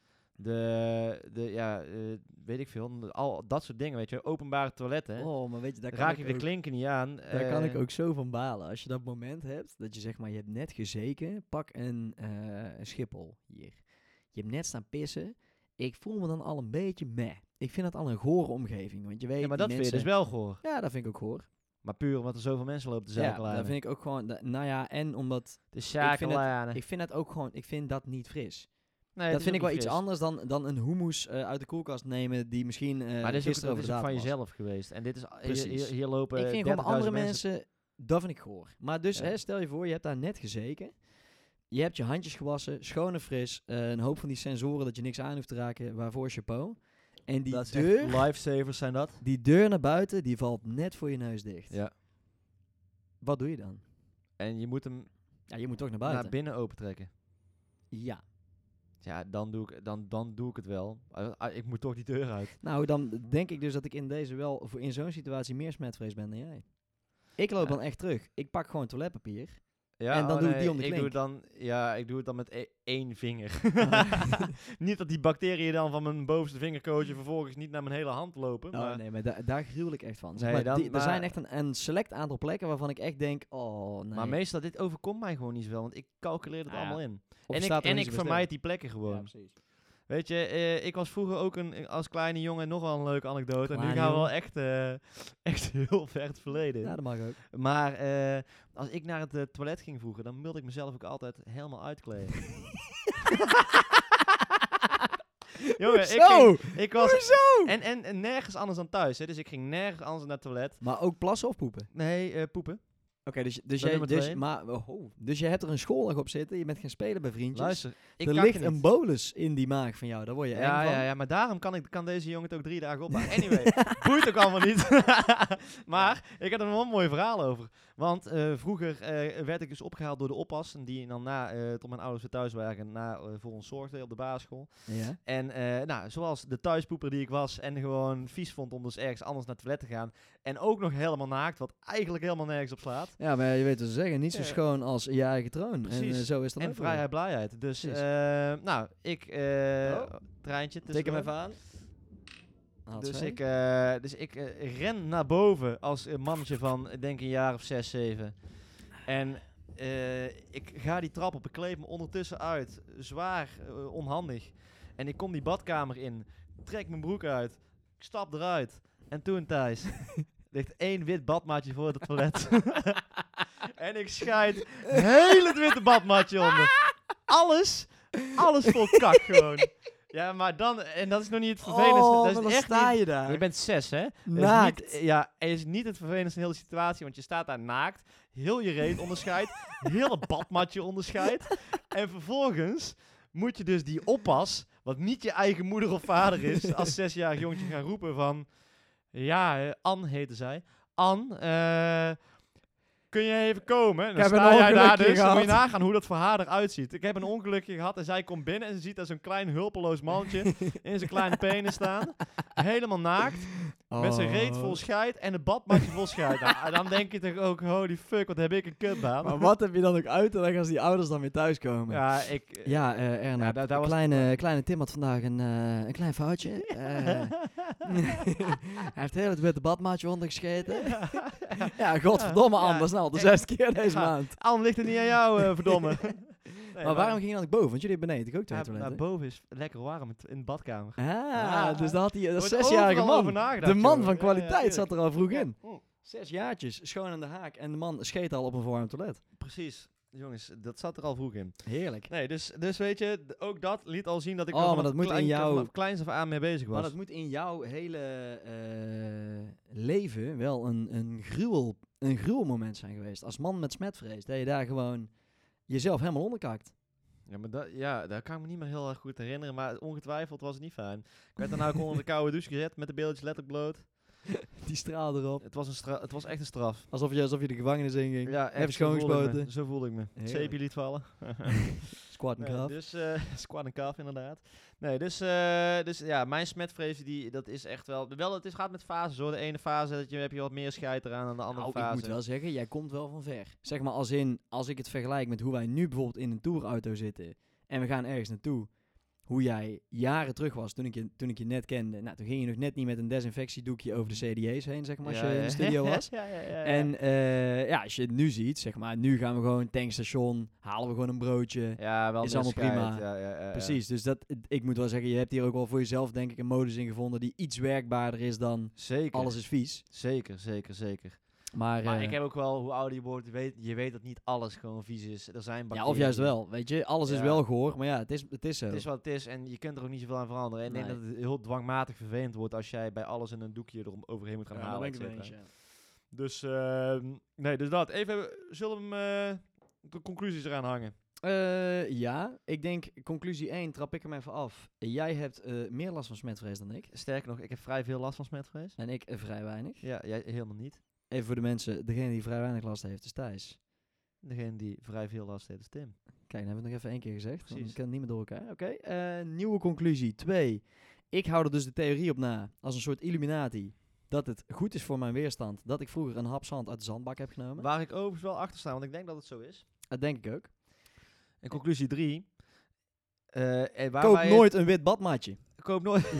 [SPEAKER 2] De, de ja, eh, weet ik veel. Al dat soort dingen, weet je. Openbare toiletten.
[SPEAKER 1] Oh, maar weet je, daar kan,
[SPEAKER 2] raak
[SPEAKER 1] ik,
[SPEAKER 2] ik de
[SPEAKER 1] ook,
[SPEAKER 2] klinken niet aan.
[SPEAKER 1] daar kan
[SPEAKER 2] eh,
[SPEAKER 1] ik ook zo van balen. Als je dat moment hebt, dat je zeg maar, je hebt net gezeken, pak een, eh, een schiphol hier. Je hebt net staan pissen Ik voel me dan al een beetje meh. Ik vind dat al een gore omgeving, want je weet
[SPEAKER 2] Ja, maar
[SPEAKER 1] die
[SPEAKER 2] dat vind je dus
[SPEAKER 1] mensen-
[SPEAKER 2] wel goor.
[SPEAKER 1] Ja, dat vind ik ook hoor.
[SPEAKER 2] Maar puur omdat er zoveel mensen lopen te
[SPEAKER 1] Ja,
[SPEAKER 2] zakelijnen.
[SPEAKER 1] dat vind ik ook gewoon... da- nou ja, en omdat...
[SPEAKER 2] De
[SPEAKER 1] vind het-
[SPEAKER 2] zakelijnen.
[SPEAKER 1] Ik vind dat ook gewoon... Ik vind dat niet fris.
[SPEAKER 2] Nee, Eh. het
[SPEAKER 1] dat
[SPEAKER 2] is
[SPEAKER 1] vind ik
[SPEAKER 2] ook
[SPEAKER 1] wel
[SPEAKER 2] niet
[SPEAKER 1] iets
[SPEAKER 2] fris.
[SPEAKER 1] anders dan, dan een hummus eh, uit de koelkast nemen die misschien eh
[SPEAKER 2] Maar dit is ook,
[SPEAKER 1] gisteren
[SPEAKER 2] dat is ook
[SPEAKER 1] overdaad
[SPEAKER 2] van
[SPEAKER 1] was.
[SPEAKER 2] jezelf geweest. En dit is, hier,
[SPEAKER 1] Precies.
[SPEAKER 2] hier- hier lopen
[SPEAKER 1] Ik vind gewoon bij
[SPEAKER 2] 30.000
[SPEAKER 1] andere mensen, dat vind ik goor. Maar dus,
[SPEAKER 2] Ja.
[SPEAKER 1] hè, stel je voor, je hebt daar net gezeken. Je hebt je handjes gewassen, schoon en fris. eh, een hoop van die sensoren dat je niks aan hoeft te raken, waarvoor chapeau. En die
[SPEAKER 2] Dat is echt
[SPEAKER 1] deur,
[SPEAKER 2] lifesavers zijn dat.
[SPEAKER 1] die deur naar buiten, die valt net voor je neus dicht.
[SPEAKER 2] Ja.
[SPEAKER 1] Wat doe je dan?
[SPEAKER 2] En je moet hem
[SPEAKER 1] Ja, je moet toch naar
[SPEAKER 2] naar
[SPEAKER 1] buiten.
[SPEAKER 2] binnen opentrekken.
[SPEAKER 1] ja.
[SPEAKER 2] Ja, dan doe ik, dan, dan doe ik het wel. Ah, ah, Ik moet toch die deur uit.
[SPEAKER 1] Nou, dan denk ik dus dat ik in deze wel, voor in zo'n situatie meer smetvrees ben dan jij. Ik loop
[SPEAKER 2] Ja.
[SPEAKER 1] dan echt terug. Ik pak gewoon toiletpapier.
[SPEAKER 2] Ja, oh
[SPEAKER 1] En dan doe ik
[SPEAKER 2] nee,
[SPEAKER 1] die om de
[SPEAKER 2] ik doe
[SPEAKER 1] klink.
[SPEAKER 2] het dan, Ja, ik doe het dan met e- één vinger. niet dat die bacteriën dan van mijn bovenste vingerkootje vervolgens niet naar mijn hele hand lopen.
[SPEAKER 1] Oh,
[SPEAKER 2] maar
[SPEAKER 1] nee, maar da- daar gruwel ik echt van. Zeg
[SPEAKER 2] Nee,
[SPEAKER 1] maar,
[SPEAKER 2] dan-
[SPEAKER 1] die-
[SPEAKER 2] maar-
[SPEAKER 1] Er zijn echt een, een select aantal plekken waarvan ik echt denk, oh nee.
[SPEAKER 2] Maar meestal, dit overkomt mij gewoon niet zo wel, want ik calculeer het
[SPEAKER 1] Ah,
[SPEAKER 2] allemaal in.
[SPEAKER 1] Of
[SPEAKER 2] en ik,
[SPEAKER 1] staat er
[SPEAKER 2] en
[SPEAKER 1] niet
[SPEAKER 2] ik
[SPEAKER 1] zo bij
[SPEAKER 2] vermijd die plekken
[SPEAKER 1] stil.
[SPEAKER 2] gewoon.
[SPEAKER 1] Ja, precies.
[SPEAKER 2] Weet je, eh, ik was vroeger ook een, als kleine jongen nog wel een leuke anekdote. en nu
[SPEAKER 1] Kleine
[SPEAKER 2] gaan we wel
[SPEAKER 1] jongen.
[SPEAKER 2] echt, eh, echt heel ver het verleden. in.
[SPEAKER 1] Ja, dat mag ook.
[SPEAKER 2] Maar eh, als ik naar het eh, toilet ging vroeger, dan wilde ik mezelf ook altijd helemaal uitkleden. Jongen, ik,
[SPEAKER 1] Zo!
[SPEAKER 2] ging- ik was... En, en, en nergens anders dan thuis, hè. Dus ik ging nergens anders naar het toilet.
[SPEAKER 1] Maar ook plassen of poepen? Oké,
[SPEAKER 2] Nee, eh, poepen.
[SPEAKER 1] dus, dus,
[SPEAKER 2] Dat
[SPEAKER 1] jij,
[SPEAKER 2] nummer
[SPEAKER 1] dus,
[SPEAKER 2] twee.
[SPEAKER 1] maar, oh, dus je hebt er een schooldag op zitten, je bent gaan spelen bij vriendjes.
[SPEAKER 2] Luister, ik
[SPEAKER 1] er
[SPEAKER 2] kan
[SPEAKER 1] ligt een bolus in die maag van jou, daar word je
[SPEAKER 2] Ja,
[SPEAKER 1] eng van.
[SPEAKER 2] ja, ja, maar daarom kan, ik, kan deze jongen het ook drie dagen opbouwen. Anyway, boeit ook allemaal niet. maar ik had er wel een mooi verhaal over. Want eh, vroeger eh, werd ik dus opgehaald door de oppas. En die dan na, eh, tot mijn ouders weer thuis waren, na, eh, voor ons zorgden op de basisschool.
[SPEAKER 1] Ja.
[SPEAKER 2] En eh, nou, zoals de thuispoeper die ik was en gewoon vies vond om dus ergens anders naar het toilet te gaan. En ook nog helemaal naakt, wat eigenlijk helemaal nergens op slaat.
[SPEAKER 1] Ja, maar je weet wat ze zeggen, niet zo
[SPEAKER 2] Ja.
[SPEAKER 1] schoon als je eigen troon. En
[SPEAKER 2] Precies.
[SPEAKER 1] eh, zo is dat
[SPEAKER 2] En
[SPEAKER 1] ook
[SPEAKER 2] vrijheid, blijheid. Dus,
[SPEAKER 1] Precies.
[SPEAKER 2] eh, nou, ik... eh
[SPEAKER 1] Oh.
[SPEAKER 2] Treintje
[SPEAKER 1] Tik hem
[SPEAKER 2] tussendoor.
[SPEAKER 1] even aan. Haal
[SPEAKER 2] Dus
[SPEAKER 1] twee.
[SPEAKER 2] ik, eh, dus ik eh, ren naar boven als een mannetje van, ik denk een jaar of zes, zeven. En eh, ik ga die trap op, ik kleed me ondertussen uit. Zwaar, eh, onhandig. En ik kom die badkamer in, trek mijn broek uit, ik stap eruit. En toen, Thijs, ligt één wit badmatje voor het toilet. en ik scheid heel het witte badmatje onder. Alles, alles vol kak gewoon. Ja, maar dan, en dat is nog niet het vervelendste.
[SPEAKER 1] Oh,
[SPEAKER 2] dat is
[SPEAKER 1] maar dan
[SPEAKER 2] echt
[SPEAKER 1] sta
[SPEAKER 2] niet-
[SPEAKER 1] je daar.
[SPEAKER 2] je bent zes, hè? Dat is
[SPEAKER 1] Naakt.
[SPEAKER 2] niet- ja, en is niet het vervelendste in de hele situatie, want je staat daar naakt, heel je reet onderscheidt, hele badmatje onderscheidt. En vervolgens moet je dus die oppas, wat niet je eigen moeder of vader is, als zesjarig jongetje gaan roepen van... Ja, eh, An heette zij. An, eh, kun je even komen? En
[SPEAKER 1] Ik
[SPEAKER 2] dan
[SPEAKER 1] heb een
[SPEAKER 2] sta jij daar
[SPEAKER 1] ongelukje
[SPEAKER 2] dus, dan moet je
[SPEAKER 1] gehad.
[SPEAKER 2] nagaan hoe dat voor haar eruit ziet. Ik heb een ongelukje gehad en zij komt binnen en ze ziet daar zo'n klein hulpeloos mannetje in zijn kleine penis staan. Helemaal naakt. Met zijn
[SPEAKER 1] Oh.
[SPEAKER 2] reet vol scheid en een badmatje vol scheid. Nou, en dan denk je toch ook, holy fuck, wat heb ik een kutbaan.
[SPEAKER 1] Maar wat heb je dan ook uit te leggen als die ouders dan weer thuiskomen?
[SPEAKER 2] Ja, ik... eh,
[SPEAKER 1] Ja, eh Erna,
[SPEAKER 2] Ja, daar- daar was-
[SPEAKER 1] kleine, kleine Tim had vandaag een, eh, een klein foutje. Eh, hij heeft heel het witte badmaatje ondergescheten. ja, godverdomme
[SPEAKER 2] Ja,
[SPEAKER 1] anders. Nou, al de
[SPEAKER 2] ik-
[SPEAKER 1] zesde keer deze
[SPEAKER 2] ja,
[SPEAKER 1] maand.
[SPEAKER 2] Anne ligt het niet aan jou, eh, verdomme. Nee,
[SPEAKER 1] maar waarom ging je dan ook boven? Want jullie hebben beneden toch ook twee
[SPEAKER 2] Ja, maar
[SPEAKER 1] toiletten?
[SPEAKER 2] boven is lekker warm het- in de badkamer.
[SPEAKER 1] Ah,
[SPEAKER 2] Ja.
[SPEAKER 1] dus daar had hij, dat
[SPEAKER 2] Wordt
[SPEAKER 1] zesjarige
[SPEAKER 2] overal
[SPEAKER 1] man.
[SPEAKER 2] over nagedacht,
[SPEAKER 1] De man
[SPEAKER 2] jongen.
[SPEAKER 1] van
[SPEAKER 2] Ja, ja,
[SPEAKER 1] kwaliteit zat
[SPEAKER 2] tuurlijk.
[SPEAKER 1] er al vroeg in.
[SPEAKER 2] Ja, mm,
[SPEAKER 1] Zes jaartjes, schoon aan de haak. En de man scheet al op een voorarm toilet.
[SPEAKER 2] Precies. Jongens, dat zat er al vroeg in.
[SPEAKER 1] Heerlijk.
[SPEAKER 2] Nee, dus, dus weet je, d- ook dat liet al zien dat ik
[SPEAKER 1] Oh,
[SPEAKER 2] er
[SPEAKER 1] maar
[SPEAKER 2] vanaf
[SPEAKER 1] dat moet in
[SPEAKER 2] klein-
[SPEAKER 1] jou-
[SPEAKER 2] vanaf kleins af aan mee bezig was.
[SPEAKER 1] Maar dat moet in jouw hele eh, leven wel een, een, gruwel, een gruwelmoment zijn geweest. Als man met smetvrees, dat je daar gewoon jezelf helemaal onderkakt.
[SPEAKER 2] Ja, maar dat, ja, daar kan ik me niet meer heel erg goed herinneren. Maar ongetwijfeld was het niet fijn. Ik werd daarna ook onder de koude douche gezet met de beeldjes letterlijk bloot.
[SPEAKER 1] Die straal erop.
[SPEAKER 2] Het was, een stra- het was echt een straf.
[SPEAKER 1] Alsof je, alsof je de gevangenis inging.
[SPEAKER 2] Ja,
[SPEAKER 1] Even
[SPEAKER 2] echt, zo voelde ik me.
[SPEAKER 1] schoongespoten.
[SPEAKER 2] Zo voelde ik me. Het
[SPEAKER 1] Heerlijk.
[SPEAKER 2] zeepje liet vallen.
[SPEAKER 1] Squat en
[SPEAKER 2] Nee,
[SPEAKER 1] graf.
[SPEAKER 2] dus eh squad en kaf inderdaad. Nee, dus, eh, dus ja, mijn smetvrees die, dat is echt wel... Wel, het is, gaat met fases hoor. De ene fase dat je, heb je wat meer scheid eraan dan de andere
[SPEAKER 1] Nou, ik
[SPEAKER 2] fase.
[SPEAKER 1] moet wel zeggen, jij komt wel van ver. Zeg maar als in, als ik het vergelijk met hoe wij nu bijvoorbeeld in een tourauto zitten. En we gaan ergens naartoe. hoe jij jaren terug was toen ik je, toen ik je net kende. Nou, toen ging je nog net niet met een desinfectiedoekje over de CD's heen, zeg maar, als je in de studio was.
[SPEAKER 2] ja, ja, ja, ja.
[SPEAKER 1] En eh, ja, als je het nu ziet, zeg maar, nu gaan we gewoon tankstation, halen we gewoon een broodje.
[SPEAKER 2] ja, wel
[SPEAKER 1] is
[SPEAKER 2] meer
[SPEAKER 1] allemaal prima.
[SPEAKER 2] scheid, Ja, ja, ja, ja.
[SPEAKER 1] Precies, dus dat, ik moet wel zeggen, je hebt hier ook wel voor jezelf denk ik een modus in gevonden die iets werkbaarder is dan
[SPEAKER 2] Zeker.
[SPEAKER 1] alles is vies.
[SPEAKER 2] Zeker, zeker, zeker.
[SPEAKER 1] Maar,
[SPEAKER 2] Maar
[SPEAKER 1] eh,
[SPEAKER 2] ik heb ook wel, hoe ouder je wordt, je weet, je weet dat niet alles gewoon vies is. Er zijn
[SPEAKER 1] ja,
[SPEAKER 2] bacteriën.
[SPEAKER 1] of juist wel, weet je, alles is
[SPEAKER 2] Ja.
[SPEAKER 1] wel gehoor, maar ja, het is, het is zo.
[SPEAKER 2] Het is wat het is en je kunt er ook niet zoveel aan veranderen. En ik
[SPEAKER 1] Nee.
[SPEAKER 2] denk dat het heel dwangmatig vervelend wordt als jij bij alles in een doekje erom overheen moet gaan
[SPEAKER 1] Ja, daar
[SPEAKER 2] halen.
[SPEAKER 1] ben ik het mee
[SPEAKER 2] et
[SPEAKER 1] eens,
[SPEAKER 2] cetera.
[SPEAKER 1] ja.
[SPEAKER 2] Dus, ehm, nee, dus dat. Even, zullen we hem, eh, de conclusies eraan hangen?
[SPEAKER 1] Eh, ja, ik denk, conclusie 1, trap ik hem even af. Jij hebt eh, meer last van smetvrees dan ik.
[SPEAKER 2] Sterker nog, ik heb vrij veel last van smetvrees.
[SPEAKER 1] En ik eh, vrij weinig.
[SPEAKER 2] Ja, jij helemaal niet.
[SPEAKER 1] Even voor de mensen, degene die vrij weinig last heeft is Thijs.
[SPEAKER 2] Degene die vrij veel last heeft is Tim.
[SPEAKER 1] Kijk, dan hebben we het nog even één keer gezegd. want
[SPEAKER 2] Precies.
[SPEAKER 1] Ik kan het niet meer door elkaar. Oké, eh, nieuwe conclusie 2. Ik hou er dus de theorie op na, als een soort illuminati, dat het goed is voor mijn weerstand dat ik vroeger een hap zand uit de zandbak heb genomen.
[SPEAKER 2] Waar ik overigens wel achter sta, want ik denk dat het zo is.
[SPEAKER 1] Dat denk ik ook.
[SPEAKER 2] En conclusie eh, 3.
[SPEAKER 1] Koop nooit een wit badmatje.
[SPEAKER 2] Koop nooit.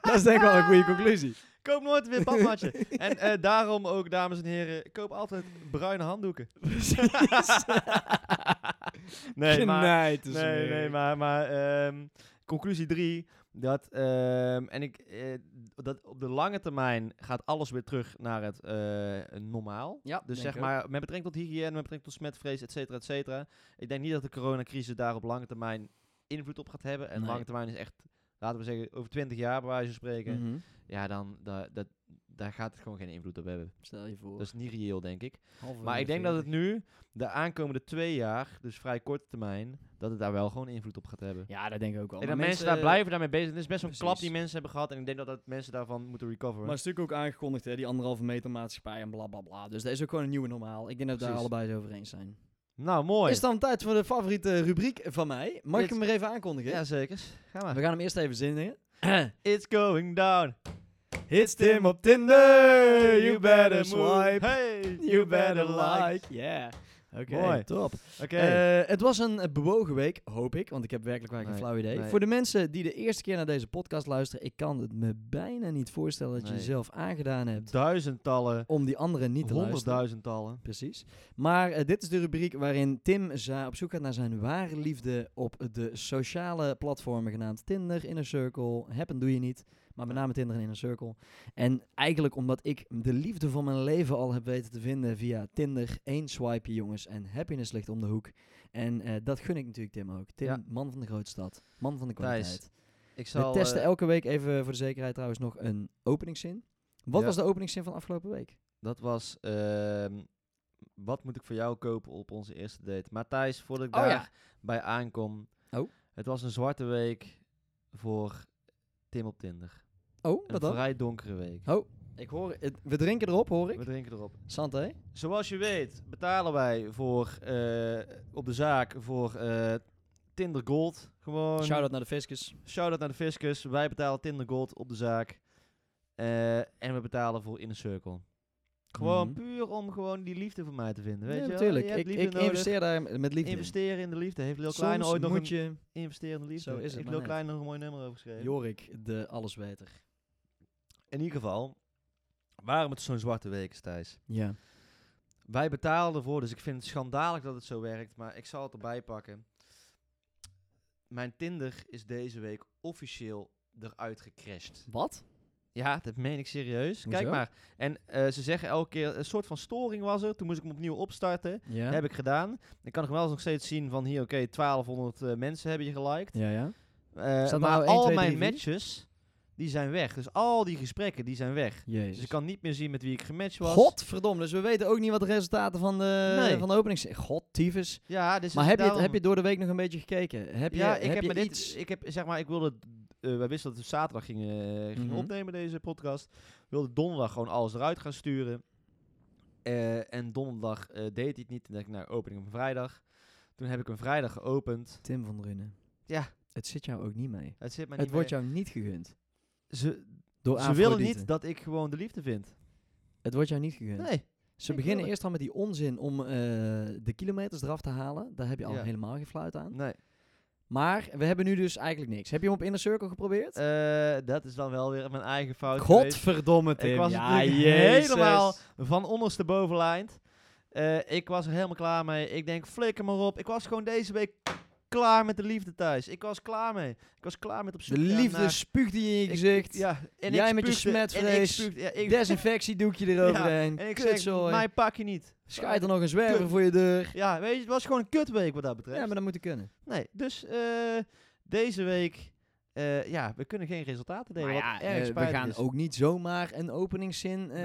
[SPEAKER 1] Dat is denk ik wel een goede conclusie.
[SPEAKER 2] Koop nooit weer badmatje. en eh, daarom ook, dames en heren, koop altijd bruine handdoeken. nee, maar,
[SPEAKER 1] Genaaid is
[SPEAKER 2] nee,
[SPEAKER 1] weer.
[SPEAKER 2] nee, maar, maar ehm, conclusie 3. Dat, ehm, en ik, eh, dat op de lange termijn gaat alles weer terug naar het eh, normaal.
[SPEAKER 1] Ja,
[SPEAKER 2] Dus
[SPEAKER 1] denk
[SPEAKER 2] zeg
[SPEAKER 1] ik ook.
[SPEAKER 2] maar, met betrekking tot hygiëne, met betrekking tot smetvrees, et cetera, et cetera. Ik denk niet dat de coronacrisis daar op lange termijn invloed op gaat hebben. En
[SPEAKER 1] Nee.
[SPEAKER 2] lange termijn is echt, laten we zeggen, over 20 jaar bij wijze van spreken.
[SPEAKER 1] Mhm.
[SPEAKER 2] Ja, dan da, dat, daar gaat het gewoon geen invloed op hebben.
[SPEAKER 1] Stel je voor.
[SPEAKER 2] Dat is niet reëel, denk ik. Dus- Maar ik denk dat het nu, de aankomende twee jaar, dus vrij korte termijn, dat het daar wel gewoon invloed op gaat hebben.
[SPEAKER 1] Ja, dat denk ik ook wel.
[SPEAKER 2] En
[SPEAKER 1] Maar
[SPEAKER 2] dat mensen, daar
[SPEAKER 1] eh,
[SPEAKER 2] blijven daarmee bezig. Het is best wel een klap
[SPEAKER 1] precies.
[SPEAKER 2] die mensen hebben gehad. En ik denk dat, dat mensen daarvan moeten recoveren.
[SPEAKER 1] Maar het is natuurlijk ook aangekondigd, hè, die anderhalve meter maatschappij en bla bla bla. Dus dat is ook gewoon een nieuwe normaal. Ik denk dat we daar
[SPEAKER 2] Precies.
[SPEAKER 1] allebei het over eens zijn.
[SPEAKER 2] nou, mooi.
[SPEAKER 1] Is het dan tijd voor de favoriete rubriek van mij? Mag ik
[SPEAKER 2] Dit-
[SPEAKER 1] hem er even aankondigen?
[SPEAKER 2] Ja, zeker. Ga maar.
[SPEAKER 1] We gaan hem eerst even zingen.
[SPEAKER 2] It's going down.
[SPEAKER 1] Hits
[SPEAKER 2] Tim
[SPEAKER 1] op Tinder,
[SPEAKER 2] You better swipe. Hey,
[SPEAKER 1] you better like. Yeah. Oké,
[SPEAKER 2] Mooi.
[SPEAKER 1] top.
[SPEAKER 2] Oké.
[SPEAKER 1] Eh, het was een eh, bewogen week, hoop ik, want ik heb werkelijk waar geen
[SPEAKER 2] Nee,
[SPEAKER 1] flauw idee.
[SPEAKER 2] nee.
[SPEAKER 1] Voor de mensen die de eerste keer naar deze podcast luisteren, ik kan het me bijna niet voorstellen dat je
[SPEAKER 2] Nee.
[SPEAKER 1] jezelf aangedaan hebt
[SPEAKER 2] duizendtallen.
[SPEAKER 1] om die anderen niet te luisteren.
[SPEAKER 2] Honderdduizendtallen.
[SPEAKER 1] Precies. Maar eh, dit is de rubriek waarin Tim za- op zoek gaat naar zijn ware liefde op de sociale platformen genaamd Tinder, Inner Circle, Happen doe je niet, maar met name Tinder en Inner Circle. En eigenlijk omdat ik de liefde van mijn leven al heb weten te vinden via Tinder, één swipeje jongens en happiness ligt om de hoek. En eh, dat gun ik natuurlijk Tim ook. Tim,
[SPEAKER 2] Ja.
[SPEAKER 1] man van de grootstad, man van de
[SPEAKER 2] Thijs,
[SPEAKER 1] kwaliteit.
[SPEAKER 2] Ik zal,
[SPEAKER 1] We testen
[SPEAKER 2] eh,
[SPEAKER 1] elke week even voor de zekerheid trouwens nog een openingszin. Wat
[SPEAKER 2] Ja.
[SPEAKER 1] was de openingszin van afgelopen week?
[SPEAKER 2] Dat was. ehm, wat moet ik voor jou kopen op onze eerste date? Maar Thijs, voordat ik
[SPEAKER 1] Oh ja.
[SPEAKER 2] daar bij aankom.
[SPEAKER 1] Oh.
[SPEAKER 2] Het was een zwarte week voor Tim op Tinder.
[SPEAKER 1] Oh,
[SPEAKER 2] Een
[SPEAKER 1] wat dan?
[SPEAKER 2] vrij donkere week.
[SPEAKER 1] Oh, ik hoor het. We drinken erop, hoor
[SPEAKER 2] We
[SPEAKER 1] ik.
[SPEAKER 2] drinken erop.
[SPEAKER 1] Santé.
[SPEAKER 2] Zoals je weet betalen wij voor, eh, op de zaak voor eh, Tinder Gold. Gewoon
[SPEAKER 1] Shout-out naar de Fiscus.
[SPEAKER 2] Shout-out naar de Fiscus. Wij betalen Tinder Gold op de zaak. Eh, en we betalen voor Inner Circle. Gewoon
[SPEAKER 1] Mhm.
[SPEAKER 2] puur om gewoon die liefde voor mij te vinden. Weet
[SPEAKER 1] Ja,
[SPEAKER 2] je wel?
[SPEAKER 1] natuurlijk.
[SPEAKER 2] Je hebt
[SPEAKER 1] Ik,
[SPEAKER 2] liefde
[SPEAKER 1] ik
[SPEAKER 2] nodig.
[SPEAKER 1] investeer daar met liefde
[SPEAKER 2] Investeren in de liefde. Heeft Lil
[SPEAKER 1] in.
[SPEAKER 2] Kleine
[SPEAKER 1] Soms
[SPEAKER 2] ooit nog
[SPEAKER 1] moet
[SPEAKER 2] een
[SPEAKER 1] je...
[SPEAKER 2] investeren in de liefde?
[SPEAKER 1] Zo is het
[SPEAKER 2] Heeft
[SPEAKER 1] maar
[SPEAKER 2] Lil
[SPEAKER 1] net.
[SPEAKER 2] Kleine nog een mooi nummer over geschreven?
[SPEAKER 1] Jorik, de allesweter.
[SPEAKER 2] In ieder geval, waarom het zo'n zwarte week is, Thijs?
[SPEAKER 1] Ja.
[SPEAKER 2] Wij betalen ervoor, dus ik vind het schandalig dat het zo werkt, maar ik zal het erbij pakken. Mijn Tinder is deze week officieel eruit gecrashed.
[SPEAKER 1] Wat?
[SPEAKER 2] Ja, dat meen ik serieus.
[SPEAKER 1] Hoezo?
[SPEAKER 2] Kijk maar. En eh, ze zeggen elke keer, een soort van storing was er. Toen moest ik hem opnieuw opstarten.
[SPEAKER 1] Ja.
[SPEAKER 2] Heb ik gedaan. Ik kan nog wel eens nog steeds zien van hier, oké, 1200 eh, mensen hebben je geliked.
[SPEAKER 1] Ja, ja.
[SPEAKER 2] Eh,
[SPEAKER 1] Staat er
[SPEAKER 2] maar
[SPEAKER 1] nou 1,
[SPEAKER 2] al
[SPEAKER 1] 2, 3,
[SPEAKER 2] mijn
[SPEAKER 1] 4?
[SPEAKER 2] matches, die zijn weg. Dus al die gesprekken, die zijn weg.
[SPEAKER 1] Jezus.
[SPEAKER 2] Dus ik kan niet meer zien met wie ik gematcht was.
[SPEAKER 1] Godverdomme, dus we weten ook niet wat de resultaten van de,
[SPEAKER 2] Nee.
[SPEAKER 1] van de opening zijn. God, tyfus.
[SPEAKER 2] Ja, dus
[SPEAKER 1] Maar
[SPEAKER 2] is
[SPEAKER 1] heb je, het,
[SPEAKER 2] daarom-
[SPEAKER 1] heb je door de week nog een beetje gekeken? Heb je,
[SPEAKER 2] ja, ik heb,
[SPEAKER 1] je
[SPEAKER 2] maar dit,
[SPEAKER 1] iets?
[SPEAKER 2] ik heb zeg maar, ik wilde, eh, wij wisten dat we zaterdag gingen, eh, gingen
[SPEAKER 1] Mhm.
[SPEAKER 2] opnemen deze podcast. Ik wilde donderdag gewoon alles eruit gaan sturen. Eh, en donderdag eh, deed hij het niet. Toen dacht ik, nou, open ik hem vrijdag. Toen heb ik hem vrijdag geopend.
[SPEAKER 1] Tim van der Runnen.
[SPEAKER 2] Ja.
[SPEAKER 1] Het zit jou ook niet mee.
[SPEAKER 2] Het zit mij
[SPEAKER 1] Het
[SPEAKER 2] niet
[SPEAKER 1] wordt
[SPEAKER 2] meer-
[SPEAKER 1] jou niet gegund.
[SPEAKER 2] Ze,
[SPEAKER 1] Door
[SPEAKER 2] ze willen
[SPEAKER 1] Afrodite.
[SPEAKER 2] niet dat ik gewoon de liefde vind.
[SPEAKER 1] Het wordt jou niet gegund.
[SPEAKER 2] Nee.
[SPEAKER 1] Ze
[SPEAKER 2] Ik
[SPEAKER 1] beginnen
[SPEAKER 2] wil het.
[SPEAKER 1] eerst al met die onzin om eh, de kilometers eraf te halen. Daar heb je al
[SPEAKER 2] Ja.
[SPEAKER 1] helemaal geen fluit aan.
[SPEAKER 2] Nee.
[SPEAKER 1] Maar we hebben nu dus eigenlijk niks. Heb je hem op Inner Circle geprobeerd?
[SPEAKER 2] Eh, dat is dan wel weer mijn eigen fout geweest.
[SPEAKER 1] Godverdomme, Tim.
[SPEAKER 2] Ik was
[SPEAKER 1] ja,
[SPEAKER 2] natuurlijk
[SPEAKER 1] jezus.
[SPEAKER 2] helemaal van ondersteboven lijnd. Eh, ik was er helemaal klaar mee. Ik denk, flikker maar op. Ik was gewoon deze week klaar met de liefde thuis. Ik was klaar mee. Ik was klaar met op zoek
[SPEAKER 1] De
[SPEAKER 2] gaan
[SPEAKER 1] liefde
[SPEAKER 2] naar-
[SPEAKER 1] spuugt die in je
[SPEAKER 2] Ik-
[SPEAKER 1] gezicht.
[SPEAKER 2] Ja, en
[SPEAKER 1] Jij
[SPEAKER 2] ik
[SPEAKER 1] met je
[SPEAKER 2] spuugde- En ik,
[SPEAKER 1] smetvrees.
[SPEAKER 2] spuugde- ja, ik,
[SPEAKER 1] Desinfectiedoekje eroverheen.
[SPEAKER 2] en ik zeg,
[SPEAKER 1] Kutzooi.
[SPEAKER 2] mij pak je niet.
[SPEAKER 1] Schijt er nog een zwerver voor je deur.
[SPEAKER 2] Ja, weet je, het was gewoon een kutweek wat dat betreft.
[SPEAKER 1] Ja, maar dat moet je kunnen.
[SPEAKER 2] Nee, dus eh, deze week, eh, ja, we kunnen geen resultaten delen.
[SPEAKER 1] Maar ja,
[SPEAKER 2] wat erg
[SPEAKER 1] eh, we
[SPEAKER 2] spijtig
[SPEAKER 1] gaan
[SPEAKER 2] is.
[SPEAKER 1] ook niet zomaar een openingszin eh,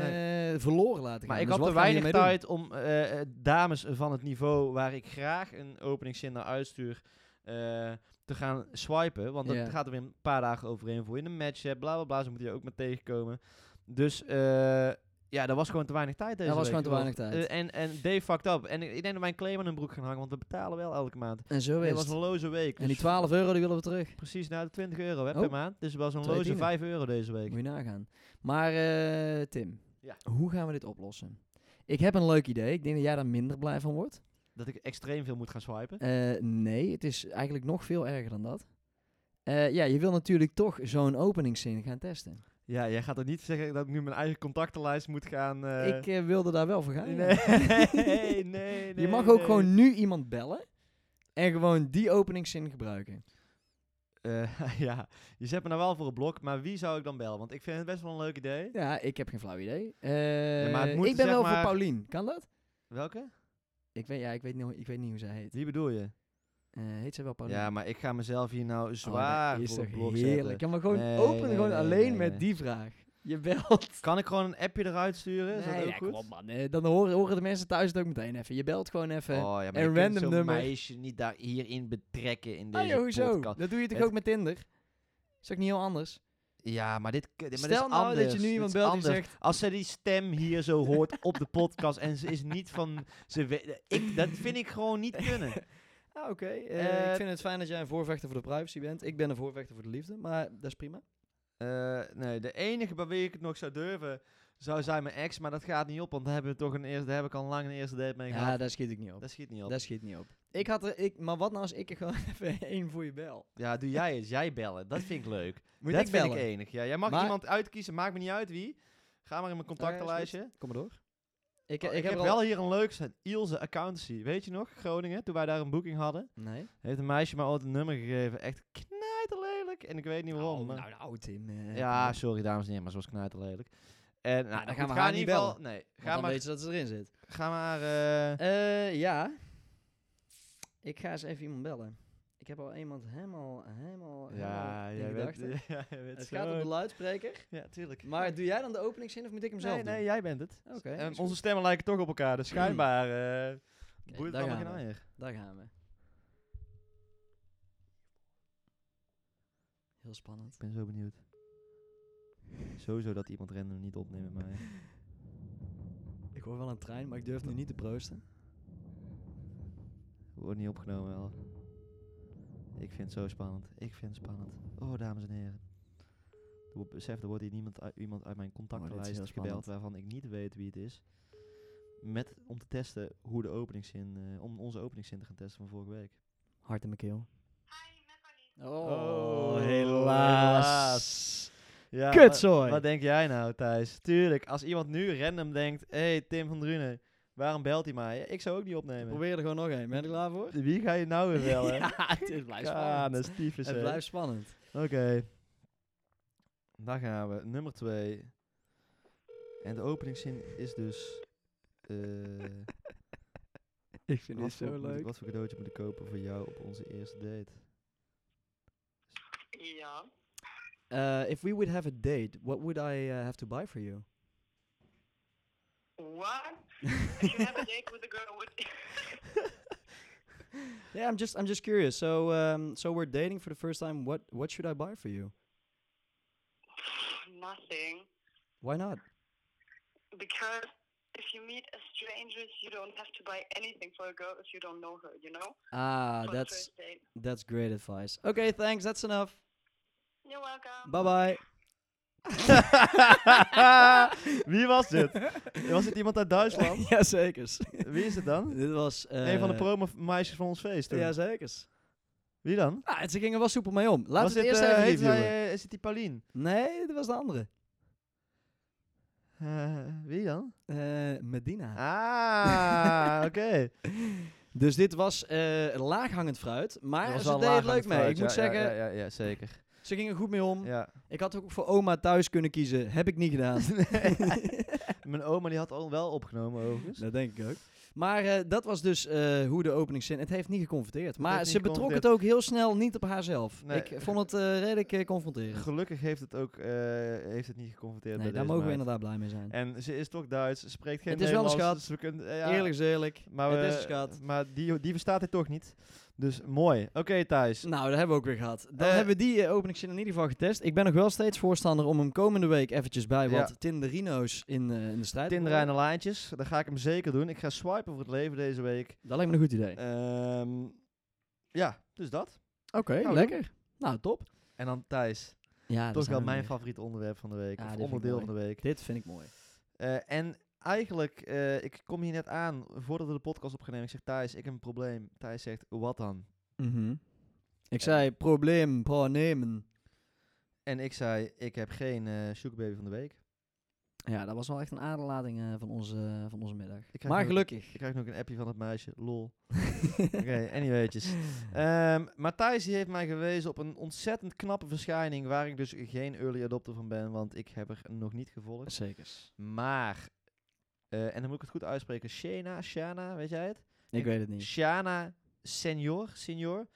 [SPEAKER 1] verloren laten gaan.
[SPEAKER 2] Maar ik
[SPEAKER 1] Dus
[SPEAKER 2] had
[SPEAKER 1] wat
[SPEAKER 2] te
[SPEAKER 1] gaan we
[SPEAKER 2] weinig
[SPEAKER 1] hiermee doen?
[SPEAKER 2] tijd om eh, eh, dames van het niveau waar ik graag een openingszin naar uitstuur eh, te gaan swipen. Want dat
[SPEAKER 1] Ja.
[SPEAKER 2] gaat er weer een paar dagen overheen voor je in een match hebt, bla bla bla. Ze moeten je ook met tegenkomen. Dus eh, ja, er was gewoon te weinig tijd deze
[SPEAKER 1] was
[SPEAKER 2] week.
[SPEAKER 1] gewoon te weinig
[SPEAKER 2] Want,
[SPEAKER 1] tijd.
[SPEAKER 2] eh, en, en Dave fucked up. En ik, ik denk dat mijn claim aan hun broek gaan hangen, want we betalen wel elke maand.
[SPEAKER 1] En zo
[SPEAKER 2] Het
[SPEAKER 1] is
[SPEAKER 2] was
[SPEAKER 1] het.
[SPEAKER 2] een loze week.
[SPEAKER 1] En die
[SPEAKER 2] dus
[SPEAKER 1] 12 euro die willen we terug.
[SPEAKER 2] Precies, nou de 20 euro hè,
[SPEAKER 1] Oh.
[SPEAKER 2] per maand. Dus het was een
[SPEAKER 1] Twee
[SPEAKER 2] loze
[SPEAKER 1] tienen.
[SPEAKER 2] 5 euro deze week.
[SPEAKER 1] Moet je nagaan. Maar eh, Tim,
[SPEAKER 2] Ja.
[SPEAKER 1] hoe gaan we dit oplossen? Ik heb een leuk idee. Ik denk dat jij daar minder blij van wordt.
[SPEAKER 2] Dat ik extreem veel moet gaan swipen.
[SPEAKER 1] Eh, nee, het is eigenlijk nog veel erger dan dat. Eh, ja, je wil natuurlijk toch zo'n openingszin gaan testen.
[SPEAKER 2] Ja, jij gaat er niet zeggen dat ik nu mijn eigen contactenlijst moet gaan. eh,
[SPEAKER 1] ik eh, wilde daar wel voor gaan. ja.
[SPEAKER 2] Nee, nee, nee.
[SPEAKER 1] je mag ook
[SPEAKER 2] nee.
[SPEAKER 1] gewoon nu iemand bellen en gewoon die openingszin gebruiken.
[SPEAKER 2] Eh, ja, je zet me nou wel voor een blok, maar wie zou ik dan bellen? Want ik vind het best wel een leuk idee.
[SPEAKER 1] Ja, ik heb geen flauw idee.
[SPEAKER 2] Ja, maar het
[SPEAKER 1] Eh,
[SPEAKER 2] moet
[SPEAKER 1] ik ben
[SPEAKER 2] zeg
[SPEAKER 1] wel voor
[SPEAKER 2] maar-
[SPEAKER 1] Paulien. Kan dat?
[SPEAKER 2] Welke?
[SPEAKER 1] Ik weet, ja, ik weet, niet, ik weet niet hoe zij heet.
[SPEAKER 2] Wie bedoel je?
[SPEAKER 1] Eh, heet zij wel Paulien?
[SPEAKER 2] Ja, maar ik ga mezelf hier nou
[SPEAKER 1] Oh,
[SPEAKER 2] zwaar
[SPEAKER 1] dat is
[SPEAKER 2] voor
[SPEAKER 1] toch
[SPEAKER 2] het blok
[SPEAKER 1] heerlijk.
[SPEAKER 2] zetten.
[SPEAKER 1] Ja, maar gewoon
[SPEAKER 2] Nee,
[SPEAKER 1] open
[SPEAKER 2] nee,
[SPEAKER 1] gewoon
[SPEAKER 2] nee,
[SPEAKER 1] alleen
[SPEAKER 2] nee,
[SPEAKER 1] met
[SPEAKER 2] nee.
[SPEAKER 1] die vraag. Je belt.
[SPEAKER 2] Kan ik gewoon een appje eruit sturen? Is
[SPEAKER 1] Nee,
[SPEAKER 2] dat ook
[SPEAKER 1] ja, kom
[SPEAKER 2] goed?
[SPEAKER 1] op, man. Eh, Dan horen, horen de mensen thuis het ook meteen even. Je belt gewoon even. Ah,
[SPEAKER 2] Oh, ja, maar
[SPEAKER 1] Een
[SPEAKER 2] je kunt
[SPEAKER 1] random
[SPEAKER 2] zo'n
[SPEAKER 1] nummer.
[SPEAKER 2] meisje niet daar hierin betrekken in
[SPEAKER 1] ah,
[SPEAKER 2] deze
[SPEAKER 1] joh, hoezo?
[SPEAKER 2] podcast.
[SPEAKER 1] Dat doe je toch
[SPEAKER 2] Het-
[SPEAKER 1] ook met Tinder? Is ook niet heel anders.
[SPEAKER 2] Ja, maar dit, maar dit is
[SPEAKER 1] Stel nou dat
[SPEAKER 2] anders.
[SPEAKER 1] je nu
[SPEAKER 2] Dit
[SPEAKER 1] iemand
[SPEAKER 2] is
[SPEAKER 1] belt en
[SPEAKER 2] anders.
[SPEAKER 1] zegt...
[SPEAKER 2] Als zij die stem hier zo hoort op de podcast en ze is niet van... Ze we- ik, dat vind ik gewoon niet kunnen.
[SPEAKER 1] Ah, oké. eh, ik
[SPEAKER 2] Eh,
[SPEAKER 1] vind het fijn dat jij een voorvechter voor de privacy bent. Ik ben een voorvechter voor de liefde, maar dat is prima.
[SPEAKER 2] Eh, nee, de enige bij wie ik het nog zou durven zou zijn mijn ex, maar dat gaat niet op, want daar, hebben we toch een eerste, daar heb ik al lang een eerste date mee gehad.
[SPEAKER 1] Ja, daar schiet ik niet op.
[SPEAKER 2] dat schiet niet op.
[SPEAKER 1] Dat schiet niet op. Ik had er, ik, maar wat nou als ik er gewoon even één voor je bel?
[SPEAKER 2] Ja, doe jij eens. Jij bellen. Dat vind ik leuk.
[SPEAKER 1] Moet
[SPEAKER 2] dat
[SPEAKER 1] ik
[SPEAKER 2] vind
[SPEAKER 1] bellen?
[SPEAKER 2] ik enig. Ja, jij mag
[SPEAKER 1] Maar-
[SPEAKER 2] iemand uitkiezen, maakt me niet uit wie. Ga maar in mijn contactenlijstje.
[SPEAKER 1] Kom maar door. Ik,
[SPEAKER 2] Oh,
[SPEAKER 1] ik, heb,
[SPEAKER 2] ik, heb
[SPEAKER 1] er al-
[SPEAKER 2] wel hier een leuk zijn. Ilse Accountancy. Weet je nog, Groningen, toen wij daar een boeking hadden,
[SPEAKER 1] Nee.
[SPEAKER 2] heeft een meisje mij ooit een nummer gegeven. Echt knijterlelijk. En ik weet niet waarom.
[SPEAKER 1] Oh,
[SPEAKER 2] maar-
[SPEAKER 1] nou, nou, Tim. eh,
[SPEAKER 2] ja,
[SPEAKER 1] kom op.
[SPEAKER 2] sorry dames en heren, maar ze was knijterlelijk. En nou,
[SPEAKER 1] dan
[SPEAKER 2] goed,
[SPEAKER 1] gaan we
[SPEAKER 2] ga
[SPEAKER 1] haar
[SPEAKER 2] in
[SPEAKER 1] niet
[SPEAKER 2] ieder geval- Nee,
[SPEAKER 1] Want
[SPEAKER 2] ga
[SPEAKER 1] dan
[SPEAKER 2] maar,
[SPEAKER 1] weet ze dat ze erin zit.
[SPEAKER 2] ga maar... eh,
[SPEAKER 1] Eh, ja. Ik ga eens even iemand bellen. Ik heb al iemand helemaal, helemaal, helemaal
[SPEAKER 2] Ja,
[SPEAKER 1] in
[SPEAKER 2] jij bent,
[SPEAKER 1] gedachten.
[SPEAKER 2] ja, jij bent
[SPEAKER 1] Het gaat op
[SPEAKER 2] zo-
[SPEAKER 1] de luidspreker.
[SPEAKER 2] Ja, tuurlijk.
[SPEAKER 1] Maar doe jij dan de openingszin of moet ik hem zelf
[SPEAKER 2] nee, nee,
[SPEAKER 1] doen?
[SPEAKER 2] jij bent het.
[SPEAKER 1] Oké,
[SPEAKER 2] En
[SPEAKER 1] is
[SPEAKER 2] onze stemmen lijken toch op elkaar, dus schijnbaar eh
[SPEAKER 1] Oké,
[SPEAKER 2] boeit het
[SPEAKER 1] daar
[SPEAKER 2] allemaal geen
[SPEAKER 1] gaan we.
[SPEAKER 2] eier.
[SPEAKER 1] Daar gaan we. Heel spannend.
[SPEAKER 2] Ik ben zo benieuwd. Sowieso dat iemand random niet opneemt met mij.
[SPEAKER 1] Ik hoor wel een trein, maar ik durf nu niet te proosten.
[SPEAKER 2] Wordt niet opgenomen wel. Ik vind het zo spannend. Ik vind het spannend. Oh, dames en heren. Er wordt- Besef, er wordt hier niemand uit, iemand uit mijn contactenlijst
[SPEAKER 1] heel
[SPEAKER 2] gebeld
[SPEAKER 1] spannend.
[SPEAKER 2] waarvan ik niet weet wie het is. Met, om te testen hoe de openingszin, eh, om onze openingszin te gaan testen van vorige week.
[SPEAKER 1] Hart in mijn keel. Oh,
[SPEAKER 2] Oh,
[SPEAKER 1] helaas.
[SPEAKER 2] Ja,
[SPEAKER 1] Kutzooi.
[SPEAKER 2] Wat, wat denk jij nou, Thijs? Tuurlijk, als iemand nu random denkt: hé, hey, Tim van Drunen, waarom belt hij mij? Ja, Ik zou ook niet opnemen.
[SPEAKER 1] Probeer er gewoon nog een. Ben je er klaar voor?
[SPEAKER 2] Wie ga je nou weer bellen?
[SPEAKER 1] ja, het blijft
[SPEAKER 2] Ja,
[SPEAKER 1] spannend.
[SPEAKER 2] dat is tyfus,
[SPEAKER 1] Het
[SPEAKER 2] hè.
[SPEAKER 1] blijft spannend.
[SPEAKER 2] Oké. Daar gaan we. Nummer 2. En de openingszin is dus. eh,
[SPEAKER 1] Ik vind
[SPEAKER 2] wat, voor, moet ik- wat voor cadeautje moet ik kopen voor jou op onze eerste date?
[SPEAKER 4] Yeah.
[SPEAKER 1] Uh, if we would have a date, what would I uh, have to buy for you?
[SPEAKER 4] What? if you have a date with a girl, would
[SPEAKER 1] Yeah, I'm just I'm just curious. So um, so we're dating for the first time. What what should I buy for you?
[SPEAKER 4] nothing.
[SPEAKER 1] Why not?
[SPEAKER 4] Because if you meet a stranger, you don't have to buy anything for a girl if you don't know her. You know.
[SPEAKER 1] Ah,
[SPEAKER 4] for the
[SPEAKER 1] that's
[SPEAKER 4] first date.
[SPEAKER 1] that's great advice. Okay, thanks. That's enough.
[SPEAKER 4] You're welcome.
[SPEAKER 1] Bye bye.
[SPEAKER 2] Wie was dit? Was dit iemand uit Duitsland?
[SPEAKER 1] ja, zekers.
[SPEAKER 2] Wie is het dan?
[SPEAKER 1] Dit was eh
[SPEAKER 2] een van de promo meisjes van ons feest. toen.
[SPEAKER 1] Ja, zekers.
[SPEAKER 2] Wie dan?
[SPEAKER 1] Ah, ze gingen wel soepel mee om. Laten
[SPEAKER 2] Was
[SPEAKER 1] we het
[SPEAKER 2] dit,
[SPEAKER 1] eerst
[SPEAKER 2] eh,
[SPEAKER 1] even
[SPEAKER 2] heet
[SPEAKER 1] reviewen.
[SPEAKER 2] zij, eh, Is het die Paulien?
[SPEAKER 1] Nee, dat was de andere.
[SPEAKER 2] Eh, wie dan?
[SPEAKER 1] Eh, Medina.
[SPEAKER 2] Ah, oké.
[SPEAKER 1] Dus dit was eh, laaghangend fruit, maar
[SPEAKER 2] Dat was
[SPEAKER 1] ze
[SPEAKER 2] wel
[SPEAKER 1] deden het
[SPEAKER 2] laag aan
[SPEAKER 1] leuk mee.
[SPEAKER 2] fruit,
[SPEAKER 1] Ik moet
[SPEAKER 2] ja, ja,
[SPEAKER 1] zeggen,
[SPEAKER 2] Ja, ja, ja, zeker.
[SPEAKER 1] ze gingen goed mee om.
[SPEAKER 2] Ja.
[SPEAKER 1] Ik had ook voor oma thuis kunnen kiezen. Heb ik niet gedaan.
[SPEAKER 2] Mijn oma die had al wel opgenomen overigens.
[SPEAKER 1] dat denk ik ook. Maar eh, dat was dus eh, hoe de openingszin... Het heeft niet geconfronteerd. Maar
[SPEAKER 2] heeft
[SPEAKER 1] ze
[SPEAKER 2] niet
[SPEAKER 1] betrok het
[SPEAKER 2] geconfronteerd.
[SPEAKER 1] ook heel snel niet op haarzelf.
[SPEAKER 2] Nee.
[SPEAKER 1] Ik vond het eh, redelijk eh, confronterend.
[SPEAKER 2] Gelukkig heeft het ook eh, heeft het niet geconfronteerd
[SPEAKER 1] Nee,
[SPEAKER 2] bij
[SPEAKER 1] daar
[SPEAKER 2] deze
[SPEAKER 1] mogen we
[SPEAKER 2] meid.
[SPEAKER 1] inderdaad blij mee zijn.
[SPEAKER 2] En ze is toch Duits, ze spreekt geen
[SPEAKER 1] Het is wel een
[SPEAKER 2] Nederlands,
[SPEAKER 1] schat.
[SPEAKER 2] dus we kunnen, eh, ja,
[SPEAKER 1] Eerlijk is eerlijk.
[SPEAKER 2] maar
[SPEAKER 1] het
[SPEAKER 2] we-
[SPEAKER 1] is een schat.
[SPEAKER 2] Maar die, die verstaat hij toch niet. Dus mooi. Oké Thijs,
[SPEAKER 1] Nou, dat hebben we ook weer gehad. Dan
[SPEAKER 2] Eh,
[SPEAKER 1] hebben we die eh, openingszin in ieder geval getest. Ik ben nog wel steeds voorstander om hem komende week eventjes bij
[SPEAKER 2] Ja.
[SPEAKER 1] wat Tinderino's in, eh, in de strijd. te
[SPEAKER 2] Tinder
[SPEAKER 1] brengen.
[SPEAKER 2] en de lijntjes, daar ga ik hem zeker doen. Ik ga swipen voor het leven deze week.
[SPEAKER 1] Dat lijkt me een goed idee.
[SPEAKER 2] Ehm, ja, dus dat.
[SPEAKER 1] Oké,
[SPEAKER 2] nou,
[SPEAKER 1] lekker. Nou, top.
[SPEAKER 2] En dan Thijs,
[SPEAKER 1] Ja, daar
[SPEAKER 2] toch
[SPEAKER 1] zijn
[SPEAKER 2] wel
[SPEAKER 1] we
[SPEAKER 2] mijn
[SPEAKER 1] weer.
[SPEAKER 2] favoriet onderwerp van de week,
[SPEAKER 1] Ja,
[SPEAKER 2] of
[SPEAKER 1] dit vind ik
[SPEAKER 2] onderdeel
[SPEAKER 1] mooi.
[SPEAKER 2] van de week.
[SPEAKER 1] Dit vind ik mooi.
[SPEAKER 2] Eh, en eigenlijk, eh, ik kom hier net aan, voordat we de podcast opgenomen, ik zeg Thijs, ik heb een probleem. Thijs zegt, wat dan?
[SPEAKER 1] Mhm. Ik zei probleem, problemen.
[SPEAKER 2] En ik zei, ik heb geen eh sugarbaby van de week.
[SPEAKER 1] Ja, dat was wel echt een aderlating eh, van, onze, van onze middag.
[SPEAKER 2] Ik krijg
[SPEAKER 1] Maar
[SPEAKER 2] nog-
[SPEAKER 1] gelukkig.
[SPEAKER 2] Ik krijg nog een appje van het meisje, lol. Oké, anyway'tjes. Ehm maar Thijs die heeft mij gewezen op een ontzettend knappe verschijning, waar ik dus geen early adopter van ben, want ik heb er nog niet gevolgd.
[SPEAKER 1] Zeker.
[SPEAKER 2] Maar, eh, en dan moet ik het goed uitspreken, Shana, Shana, weet jij het?
[SPEAKER 1] Ik
[SPEAKER 2] Ik-
[SPEAKER 1] weet het niet.
[SPEAKER 2] Shana Senior, Senior.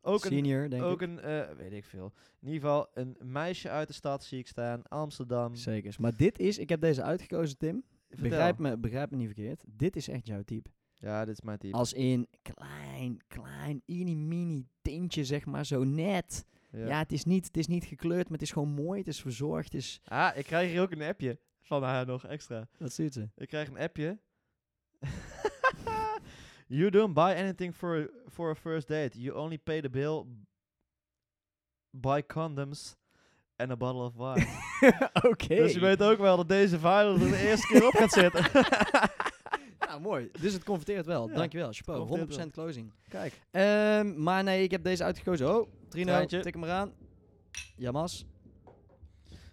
[SPEAKER 2] Ook een
[SPEAKER 1] Senior, denk
[SPEAKER 2] ook
[SPEAKER 1] ik.
[SPEAKER 2] een, eh, weet ik veel. In ieder geval een meisje uit de stad zie ik staan, Amsterdam.
[SPEAKER 1] Zeker. Maar dit is, ik heb deze uitgekozen, Tim.
[SPEAKER 2] Vertel.
[SPEAKER 1] Begrijp me, begrijp me niet verkeerd. Dit is echt jouw type.
[SPEAKER 2] Ja, dit is mijn type.
[SPEAKER 1] Als in klein, klein, inie mini tintje, zeg maar, zo net. Ja, het, is niet, het is niet gekleurd, maar het is gewoon mooi, het is verzorgd. Het is...
[SPEAKER 2] Ah, ik krijg hier ook een appje van haar nog extra.
[SPEAKER 1] Wat ziet ze?
[SPEAKER 2] Ik krijg een appje. you don't buy anything for a, for a first date. You only pay the bill, buy condoms and a bottle of wine.
[SPEAKER 1] Oké.
[SPEAKER 2] Dus je weet ook wel dat deze vader er de eerste keer op gaat zitten.
[SPEAKER 1] Nou, mooi. Dus het converteert wel.
[SPEAKER 2] Ja,
[SPEAKER 1] Dankjewel, chapeau.
[SPEAKER 2] converteert
[SPEAKER 1] 100% closing.
[SPEAKER 2] Kijk,
[SPEAKER 1] Ehm, maar nee, ik heb deze uitgekozen. Oh, Trino,
[SPEAKER 2] Treintje.
[SPEAKER 1] tik hem eraan. Jamas.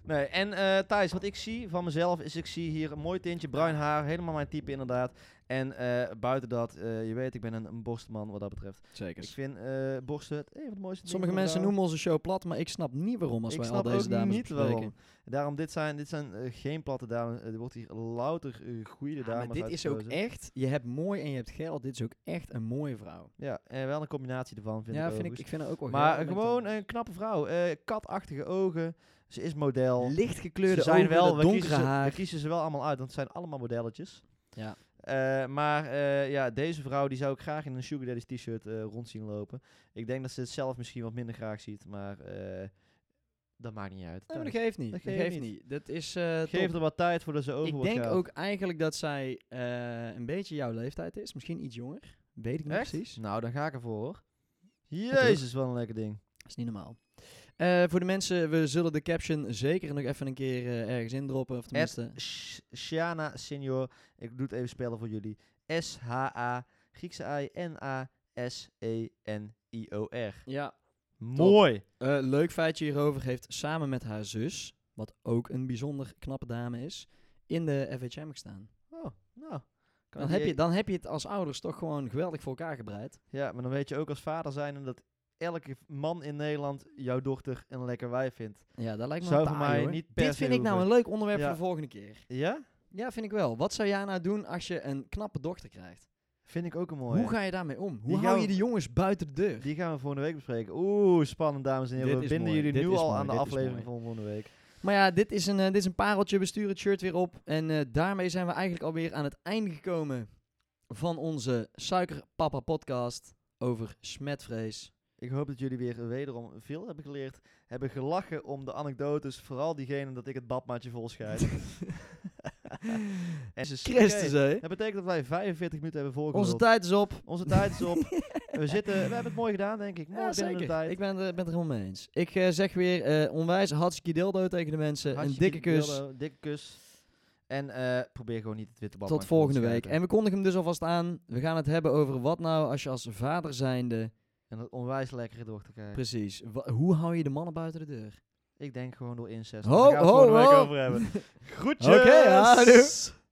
[SPEAKER 2] Nee, en eh, Thijs, wat ik zie van mezelf is ik zie hier een mooi tintje, bruin haar, helemaal mijn type inderdaad. En eh, buiten dat, eh, je weet, ik ben een, een borstman wat dat betreft. Ik
[SPEAKER 1] Zeker.
[SPEAKER 2] vind eh, borsten het, eh, van het mooiste. ding
[SPEAKER 1] Sommige
[SPEAKER 2] van
[SPEAKER 1] mensen
[SPEAKER 2] vrouwen.
[SPEAKER 1] noemen onze show plat, maar ik snap niet waarom als
[SPEAKER 2] Ik
[SPEAKER 1] wij al
[SPEAKER 2] snap
[SPEAKER 1] deze
[SPEAKER 2] ook
[SPEAKER 1] dames
[SPEAKER 2] niet
[SPEAKER 1] bespreken.
[SPEAKER 2] waarom. Daarom, dit zijn, dit zijn eh, geen platte dames. Eh, Er wordt hier louter eh, goede
[SPEAKER 1] Ja,
[SPEAKER 2] dames
[SPEAKER 1] maar dit is ook
[SPEAKER 2] uitgekozen.
[SPEAKER 1] echt, je hebt mooi en je hebt geld, dit is ook echt een mooie vrouw.
[SPEAKER 2] Ja, en wel een combinatie ervan vind
[SPEAKER 1] ja,
[SPEAKER 2] ik
[SPEAKER 1] vind ik,
[SPEAKER 2] overigens.
[SPEAKER 1] ik vind haar ook wel
[SPEAKER 2] Maar
[SPEAKER 1] geil.
[SPEAKER 2] eh,
[SPEAKER 1] Ben ik
[SPEAKER 2] gewoon
[SPEAKER 1] dan-
[SPEAKER 2] een knappe vrouw. eh, katachtige ogen. Ze is model.
[SPEAKER 1] lichtgekleurde
[SPEAKER 2] ze zijn
[SPEAKER 1] ogen,
[SPEAKER 2] wel,
[SPEAKER 1] dat
[SPEAKER 2] we
[SPEAKER 1] donkere
[SPEAKER 2] kiezen ze,
[SPEAKER 1] haar.
[SPEAKER 2] We kiezen ze wel allemaal uit, want het zijn allemaal modelletjes.
[SPEAKER 1] Ja.
[SPEAKER 2] Eh, maar eh, ja, deze vrouw die zou ik graag in een Sugar Daddy's t-shirt eh, rond zien lopen. Ik denk dat ze het zelf misschien wat minder graag ziet, maar eh, dat maakt niet uit.
[SPEAKER 1] Nee, maar dat geeft niet. Dat
[SPEAKER 2] Dat
[SPEAKER 1] geeft,
[SPEAKER 2] geeft
[SPEAKER 1] niet. Dat is eh, top.
[SPEAKER 2] Geef er wat tijd voordat ze over
[SPEAKER 1] Ik
[SPEAKER 2] wordt
[SPEAKER 1] denk
[SPEAKER 2] gehaald.
[SPEAKER 1] ook eigenlijk dat zij eh, een beetje jouw leeftijd is. Misschien iets jonger. Weet ik niet
[SPEAKER 2] Echt?
[SPEAKER 1] precies.
[SPEAKER 2] Nou, dan ga ik ervoor hoor.
[SPEAKER 1] terug.
[SPEAKER 2] Jezus, wat een lekker ding.
[SPEAKER 1] Dat is niet normaal. Eh, voor de mensen, we zullen de caption zeker nog even een keer eh, ergens indroppen. Of tenminste,
[SPEAKER 2] Sh- Shana Senior, ik doe het even spellen voor jullie. S-H-A, Griekse E I-N-A-S-E-N-I-O-R.
[SPEAKER 1] ja.
[SPEAKER 2] Mooi!
[SPEAKER 1] Eh, leuk feitje hierover heeft samen met haar zus, wat ook een bijzonder knappe dame is, in de FHM gestaan.
[SPEAKER 2] Oh, nou. Kan
[SPEAKER 1] Dan
[SPEAKER 2] die-
[SPEAKER 1] heb, je, dan heb je het als ouders toch gewoon geweldig voor elkaar gebreid.
[SPEAKER 2] Ja, maar dan weet je ook als vader zijn dat elke man in Nederland jouw dochter een lekker wijf vindt.
[SPEAKER 1] Ja, dat lijkt me
[SPEAKER 2] Zou
[SPEAKER 1] een
[SPEAKER 2] voor
[SPEAKER 1] taai,
[SPEAKER 2] mij
[SPEAKER 1] hoor.
[SPEAKER 2] niet per
[SPEAKER 1] Dit
[SPEAKER 2] se
[SPEAKER 1] vind ik nou een
[SPEAKER 2] hoeven.
[SPEAKER 1] leuk onderwerp
[SPEAKER 2] Ja.
[SPEAKER 1] voor de volgende keer.
[SPEAKER 2] Ja?
[SPEAKER 1] Ja, vind ik wel. Wat zou jij nou doen als je een knappe dochter krijgt?
[SPEAKER 2] Vind ik ook een mooie.
[SPEAKER 1] Hoe ga je daarmee om? Hoe
[SPEAKER 2] Die
[SPEAKER 1] hou je
[SPEAKER 2] gaan-
[SPEAKER 1] de jongens buiten de deur?
[SPEAKER 2] Die gaan we volgende week bespreken. Oeh, spannend dames en heren.
[SPEAKER 1] Dit
[SPEAKER 2] We
[SPEAKER 1] is
[SPEAKER 2] binden
[SPEAKER 1] mooi,
[SPEAKER 2] jullie
[SPEAKER 1] dit
[SPEAKER 2] nu
[SPEAKER 1] is
[SPEAKER 2] al
[SPEAKER 1] mooi,
[SPEAKER 2] aan de
[SPEAKER 1] dit is
[SPEAKER 2] aflevering
[SPEAKER 1] mooi.
[SPEAKER 2] van volgende week.
[SPEAKER 1] Maar ja, dit is een, eh, dit is een pareltje. We sturen het shirt weer op. En eh, daarmee zijn we eigenlijk alweer aan het einde gekomen van onze Suikerpapa podcast over smetvrees.
[SPEAKER 2] Ik hoop dat jullie weer wederom veel hebben geleerd. Hebben gelachen om de anekdotes. Vooral diegene dat ik het badmaatje volscheid. en ze
[SPEAKER 1] Christus, hé.
[SPEAKER 2] Dat betekent dat wij 45 minuten hebben voorgezet.
[SPEAKER 1] Onze tijd is op.
[SPEAKER 2] Onze tijd is op. we, zitten, we hebben het mooi gedaan, denk ik. Mooi
[SPEAKER 1] Ja,
[SPEAKER 2] binnen de tijd.
[SPEAKER 1] zeker. Ik ben, het- ben het er helemaal mee eens. Ik eh, zeg weer eh, onwijs hartstikke dildo tegen de mensen.
[SPEAKER 2] Hartstikke
[SPEAKER 1] een dikke kus.
[SPEAKER 2] dildo, dikke kus. En eh, probeer gewoon niet het witte bad.
[SPEAKER 1] Tot volgende week. En we kondigen hem dus alvast aan. We gaan het hebben over wat nou als je als vader zijnde
[SPEAKER 2] En dat onwijs lekker door te krijgen.
[SPEAKER 1] Precies. Wa- hoe hou je de mannen buiten de deur?
[SPEAKER 2] Ik denk gewoon door incest.
[SPEAKER 1] Ho,
[SPEAKER 2] Daar gaan we het
[SPEAKER 1] ho,
[SPEAKER 2] volgende week
[SPEAKER 1] ho.
[SPEAKER 2] over hebben. Groetjes!
[SPEAKER 1] Oké, ja, doei.